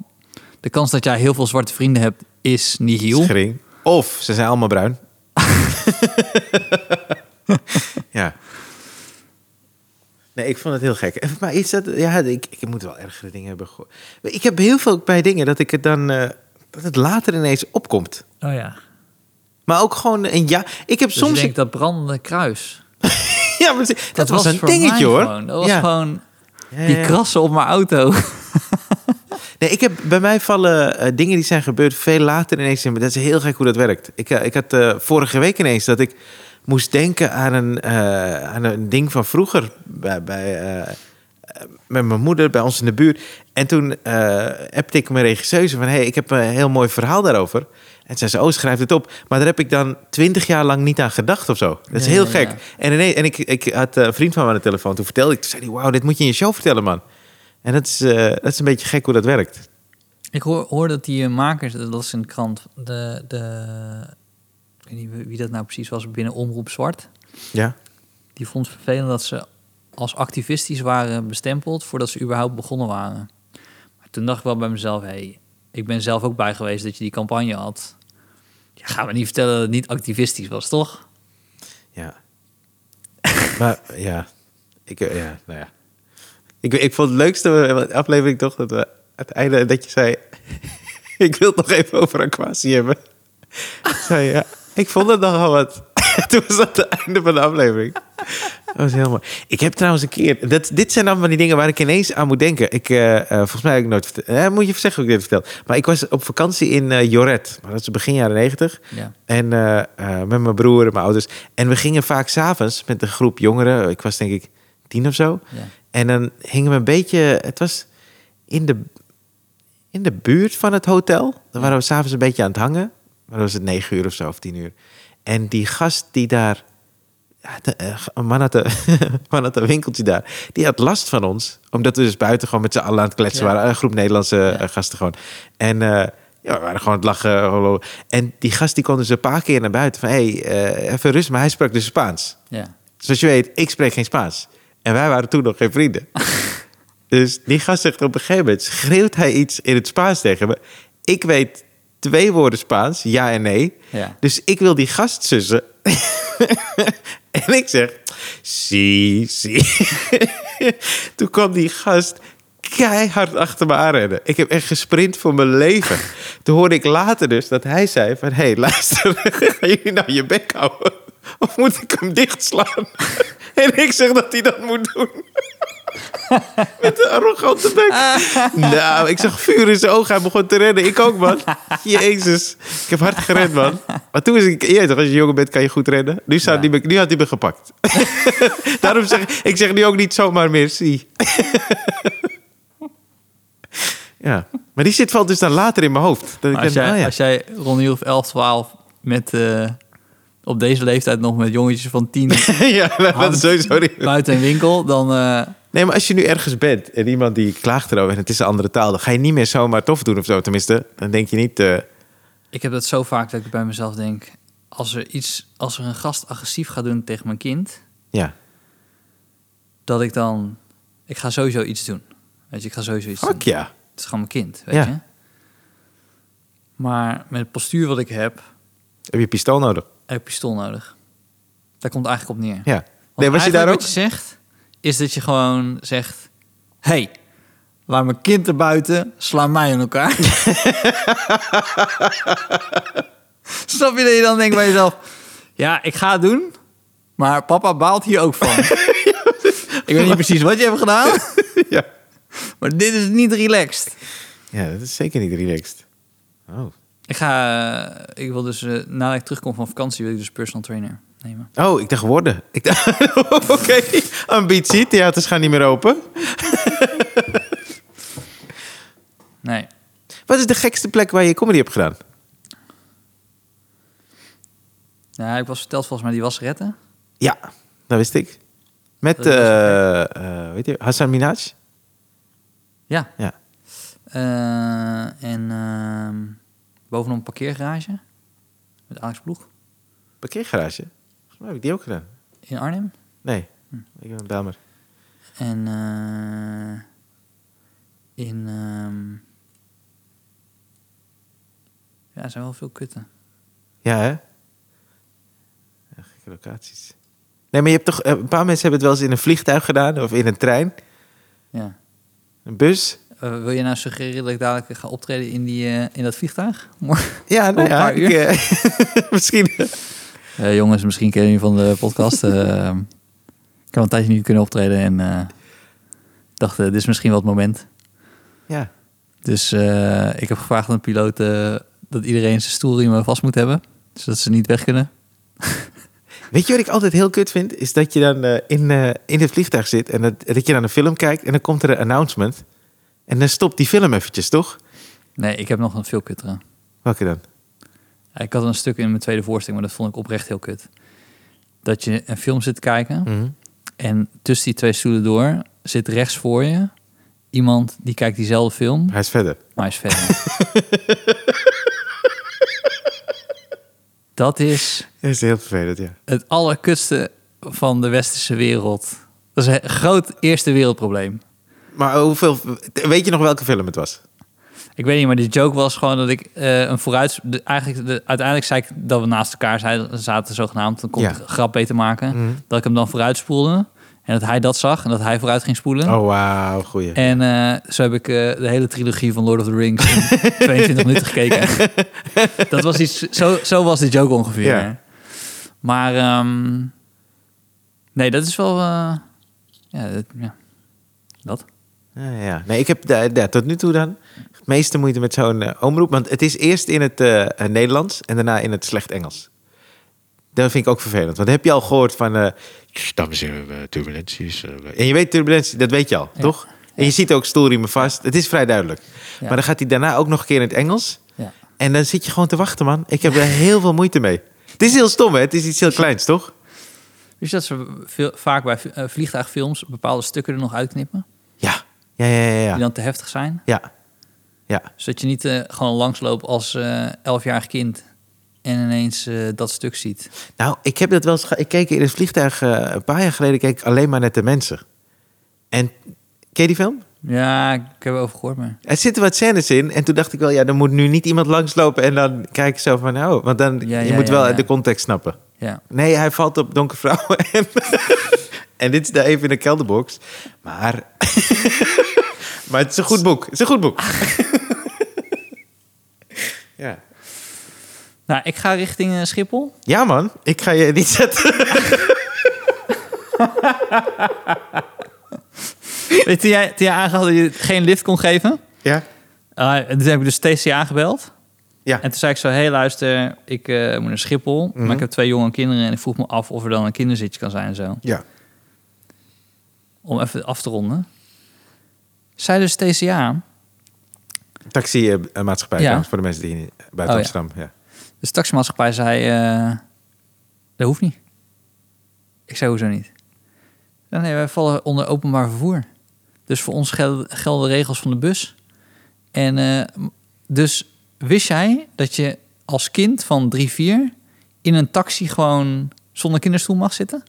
De kans dat jij heel veel zwarte vrienden hebt is nihil.
Schering. Of ze zijn allemaal bruin. ja. Nee, ik vond het heel gek. Even Maar iets dat. Ja, ik, ik moet wel ergere dingen hebben gehoord. Maar Ik heb heel veel bij dingen dat ik het dan. eh, dat het later ineens opkomt.
Oh ja.
Maar ook gewoon een ja. Ik heb
Soms
soms.
denk dat brandende kruis.
ja, maar ze- dat, was, een
voor
dingetje
mij
hoor.
gewoon. Dat was
ja.
gewoon
Ja,
die
ja, ja.
krassen op mijn auto.
Nee, ik heb, bij mij vallen eh, dingen die zijn gebeurd veel later ineens in. me. Dat is heel gek hoe dat werkt. Ik, eh, ik had eh, vorige week ineens dat ik moest denken aan een, eh, aan een ding van vroeger. Bij, bij, eh, eh, met mijn moeder, bij ons in de buurt. En toen eh appte ik mijn regisseuse van... hey, ik heb een heel mooi verhaal daarover. En zei ze, oh, schrijf het op. Maar daar heb ik dan twintig jaar lang niet aan gedacht of zo. Dat is
Ja,
heel
ja,
gek.
ja.
En, ineens, en ik, ik had eh, een vriend van me aan de telefoon. Toen vertelde ik, toen zei hij, wauw, dit moet je in je show vertellen, man. En dat is, eh, dat is een beetje gek hoe dat werkt.
Ik hoor, hoor dat die eh, makers, dat was in de krant, de, de, ik weet niet wie- wie dat nou precies was binnen Omroep Zwart.
Ja.
Die vond het vervelend dat ze als activistisch waren bestempeld voordat ze überhaupt begonnen waren. Maar toen dacht ik wel bij mezelf, hé, hey, ik ben zelf ook bij geweest dat je die campagne had. Ja, ga me niet vertellen dat het niet activistisch was, toch?
Ja. maar ja. Ik, eh, ja, nou ja. Ik, ik vond het leukste eh, wat- aflevering toch dat we het einde dat je zei. ik wil het nog even over Aquasi hebben. Ik zei ja. Ik vond het nogal wat. Toen was dat het einde van de aflevering. Dat was heel mooi. Ik heb trouwens een keer... Dat, dit zijn dan van die dingen waar ik ineens aan moet denken. Ik, eh, eh, volgens mij heb ik nooit... verteld- Eh, moet je zeggen hoe ik dit vertel. Maar ik was op vakantie in eh, Joret. Maar dat is begin jaren negentig.
Ja.
En eh, eh, met mijn broer en mijn ouders. En we gingen vaak s'avonds met een groep jongeren. Ik was denk ik tien of zo.
Ja.
En dan hingen we een beetje... Het was in de, in de buurt van het hotel. Dan waren we s'avonds een beetje aan het hangen. Maar dan was het negen uur of zo, of tien uur. En die gast die daar ja, de, eh, een man had, een, man had een winkeltje daar. Die had last van ons. Omdat we dus buiten gewoon met z'n allen aan het kletsen
Ja.
waren. Een groep Nederlandse eh, gasten gewoon. En eh, ja, we waren gewoon aan het lachen. Hallo. En die gast die kon dus een paar keer naar buiten. Van, hey, eh, even rust. Maar hij sprak dus Spaans.
Ja.
Zoals je weet, ik spreek geen Spaans. En wij waren toen nog geen vrienden. dus die gast zegt op een gegeven moment... schreeuwt hij iets in het Spaans tegen me. Ik weet twee woorden Spaans, ja en nee.
Ja.
Dus ik wil die gast sussen. en ik zeg... Si, si. toen kwam die gast keihard achter me aanrennen. Ik heb echt gesprint voor mijn leven. Toen hoorde ik later dus dat hij zei van... Hé, hey, luister, gaan jullie nou je bek houden? Of moet ik hem dichtslaan? en ik zeg dat hij dat moet doen. Met een arrogante bek. nou, ik zag vuur in zijn ogen. Hij begon te rennen. Ik ook, man. Jezus. Ik heb hard gerend, man. Maar toen is ik... Je weet toch, als je jonger bent, kan je goed rennen. Nu, zou
Ja.
die me- nu had hij me gepakt. Daarom zeg ik... Ik zeg nu ook niet zomaar meer. Zie. ja. Maar die zit valt dus dan later in mijn hoofd. Dat ik
Maar als,
denk,
jij,
oh ja.
als jij Ronnie of 11, 12 met, eh, op deze leeftijd nog met jongetjes van 10
ja, dat is sowieso niet.
buiten een winkel, dan... eh,
Nee, maar als je nu ergens bent en iemand die klaagt erover en het is een andere taal, dan ga je niet meer zomaar tof doen of zo. Tenminste, dan denk je niet. eh,
Ik heb dat zo vaak dat ik bij mezelf denk... als er, iets, als er een gast agressief gaat doen tegen mijn kind...
ja.
dat ik dan... Ik ga sowieso iets doen. Weet je, ik ga sowieso iets doen.
Fuck ja.
Het is gewoon mijn kind, weet
Ja.
je. Maar met het postuur wat ik heb,
Heb je pistool nodig?
heb ik pistool nodig. Daar komt het eigenlijk op neer.
Ja.
Want
Nee, was je daar ook?
eigenlijk Wat je zegt, is dat je gewoon zegt... hey, laat mijn kind erbuiten, sla mij in elkaar. Snap je dat je dan denkt bij jezelf... Ja, ik ga het doen, maar papa baalt hier ook van. ik weet niet precies wat je hebt gedaan,
ja.
maar dit is niet relaxed.
ja, dat is zeker niet relaxed. Oh.
Ik ga... eh, Ik wil dus, eh, nadat ik terugkom van vakantie, wil ik dus personal trainer nemen.
Oh, ik dacht worden. Ik dacht, oké, ambitie. Theaters gaan niet meer open.
Nee.
Wat is de gekste plek waar je comedy hebt gedaan?
Nou, ik was verteld volgens mij die was retten.
Ja, dat wist ik. Met,
Dat is-
eh, eh, weet je, Hassan Minaj?
Ja.
Ja.
Eh, en ehm, bovenop een parkeergarage met Alex Ploeg
Parkeergarage? Volgens mij heb ik die ook gedaan.
in Arnhem.
Nee, ik ben een Belmer.
En eh, in... ehm, ja, er zijn wel veel kutten.
Ja, hè? Ja, gekke locaties. Nee, maar je hebt toch... eh, Een paar mensen hebben het wel eens in een vliegtuig gedaan. Of in een trein.
Ja.
Een bus.
Eh, wil je nou suggereren dat ik dadelijk ga optreden in, die, eh, in dat vliegtuig? Morgen?
Ja, nou
Een
ja.
paar
ik, eh, misschien.
Eh, jongens, misschien kennen jullie van de podcast. eh, ik heb al een tijdje niet kunnen optreden en eh, dacht, eh, dit is misschien wel het moment.
Ja.
Dus eh, ik heb gevraagd aan de piloot eh, dat iedereen zijn stoelriemen vast moet hebben. Zodat ze niet weg kunnen.
Weet je wat ik altijd heel kut vind? Is dat je dan eh, in, eh, in het vliegtuig zit. En dat, dat je dan een film kijkt. En dan komt er een announcement. En dan stopt die film eventjes, toch?
Nee, ik heb nog een veel kuttere.
Welke dan?
Ik had een stuk in mijn tweede voorstelling, maar dat vond ik oprecht heel kut. Dat je een film zit kijken
Mhm.
en tussen die twee stoelen door zit rechts voor je iemand die kijkt diezelfde film, maar
Hij is verder.
hij is verder. dat is
Dat is heel vervelend, ja.
het allerkutste van de westerse wereld. Dat is een groot eerste wereldprobleem.
Maar hoeveel... Weet je nog welke film het was?
Ik weet niet, maar die joke was gewoon dat ik eh, een vooruit... de- eigenlijk, de- uiteindelijk zei ik dat we naast elkaar zeiden- zaten zogenaamd. Dan kon
Ja. Mhm.
ik de grap beter maken. Dat ik hem dan vooruit spoelde. En dat hij dat zag en dat hij vooruit ging spoelen.
Oh, wauw. Goeie.
En eh, zo heb ik eh, de hele trilogie van Lord of the Rings in 22 minuten gekeken. dat was iets... Zo, zo was die joke ongeveer.
Ja.
Maar... ehm, nee, dat is wel... eh, ja, dat, ja, dat.
Ja, ja. Nee, ik heb da- da- tot nu toe dan het meeste moeite met zo'n eh, omroep. Want het is eerst in het eh, eh, Nederlands en daarna in het slecht Engels. Dat vind ik ook vervelend. Want heb je al gehoord van... eh,
Dames en heren, eh, turbulenties. eh,
en je weet turbulentie, dat weet je al, toch? En je ziet ook stoelriemen vast. Het is vrij duidelijk.
Ja.
Maar dan gaat hij daarna ook nog een keer in het Engels.
Ja.
En dan zit je gewoon te wachten, man. Ik heb er heel veel moeite mee. Het is heel stom, hè? Het is iets heel kleins, toch?
Dus dat ze veel, vaak bij eh, vliegtuigfilms bepaalde stukken er nog uitknippen.
Ja, ja, ja, ja.
Die
ja.
dan te heftig zijn.
ja. ja.
Zodat je niet eh, gewoon langsloopt als eh elfjarig kind. En ineens eh, dat stuk ziet.
Nou, ik heb dat wel eens. ge- Ik keek in het vliegtuig eh, een paar jaar geleden. Keek ik alleen maar naar de mensen. En ken je die film?
Ja, ik heb over gehoord, maar...
Er zitten wat scènes in. En toen dacht ik wel, ja, er moet nu niet iemand langslopen. En dan kijk ik zo van, nou, want dan
Ja,
je
ja,
moet
ja,
wel
ja.
de context snappen.
Ja.
Nee, hij valt op donkere vrouwen. En, en dit is daar even in de kelderbox. Maar, maar het is een goed boek. Het is een goed boek. ja.
Nou, ik ga richting eh, Schiphol.
ja, man. Ik ga je niet zetten.
Weet je, toen jij, toen jij aangaf dat je geen lift kon geven...
Ja.
eh, en toen heb ik dus TCA gebeld.
Ja.
En toen zei ik zo, hey, luister, ik eh, moet naar Schiphol. Maar ik heb twee jonge kinderen en ik vroeg me af of er dan een kinderzitje kan zijn en zo.
Ja.
Om even af te ronden. Zei dus TCA,
Taxi-maatschappij, eh,
Ja.
trouwens, voor de mensen die niet- buiten
Oh, ja.
Amsterdam. Ja.
dus de taximaatschappij zei, eh, dat hoeft niet. Ik zei, hoezo niet? Ja, nee, wij vallen onder openbaar vervoer. Dus voor ons gel- gelden de regels van de bus. En eh, m- dus wist jij dat je als kind van 3, 4 in een taxi gewoon zonder kinderstoel mag zitten?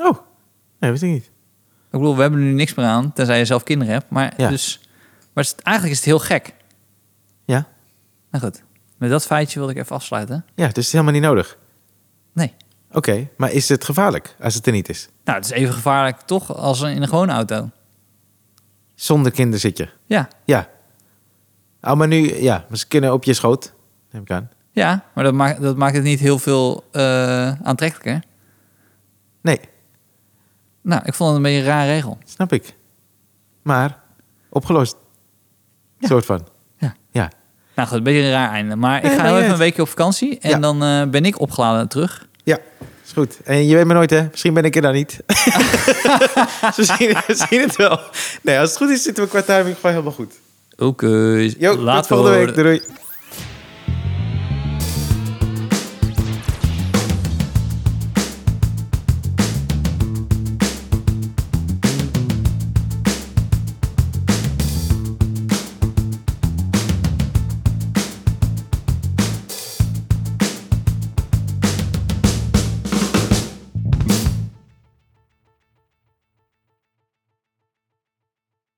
Oh, nee, weet ik niet.
Ik bedoel, we hebben er nu niks meer aan, tenzij je zelf kinderen hebt. Maar,
Ja.
dus, maar het is- eigenlijk is het heel gek.
Ja?
Nou goed, met dat feitje wilde ik even afsluiten.
Ja, dus het is helemaal niet nodig.
Nee.
Oké, maar is het gevaarlijk als het er niet is?
Nou, het is even gevaarlijk toch als in een gewone auto.
Zonder kinderzitje.
Ja,
Ja. Oh, maar nu, ja, maar ze kunnen op je schoot. Neem ik aan.
ja maar dat maakt, dat maakt het niet heel veel eh, aantrekkelijker.
Nee,
Nou, ik vond het een beetje een raar regel.
snap ik. Maar opgelost. Soort van.
Ja.
Ja.
Nou goed, een beetje een raar einde. Maar ik
Nee,
ga
maakt
heel
niet
even
uit.
een weekje op vakantie en
Ja.
dan eh, ben ik opgeladen terug.
Ja, is goed. En je weet maar nooit, hè? Misschien ben ik er dan niet. Dus we, zien, we zien het wel. Nee, als het goed is, zitten we qua timing gewoon helemaal goed.
Oké,
Jo, tot volgende week. Doei. doei.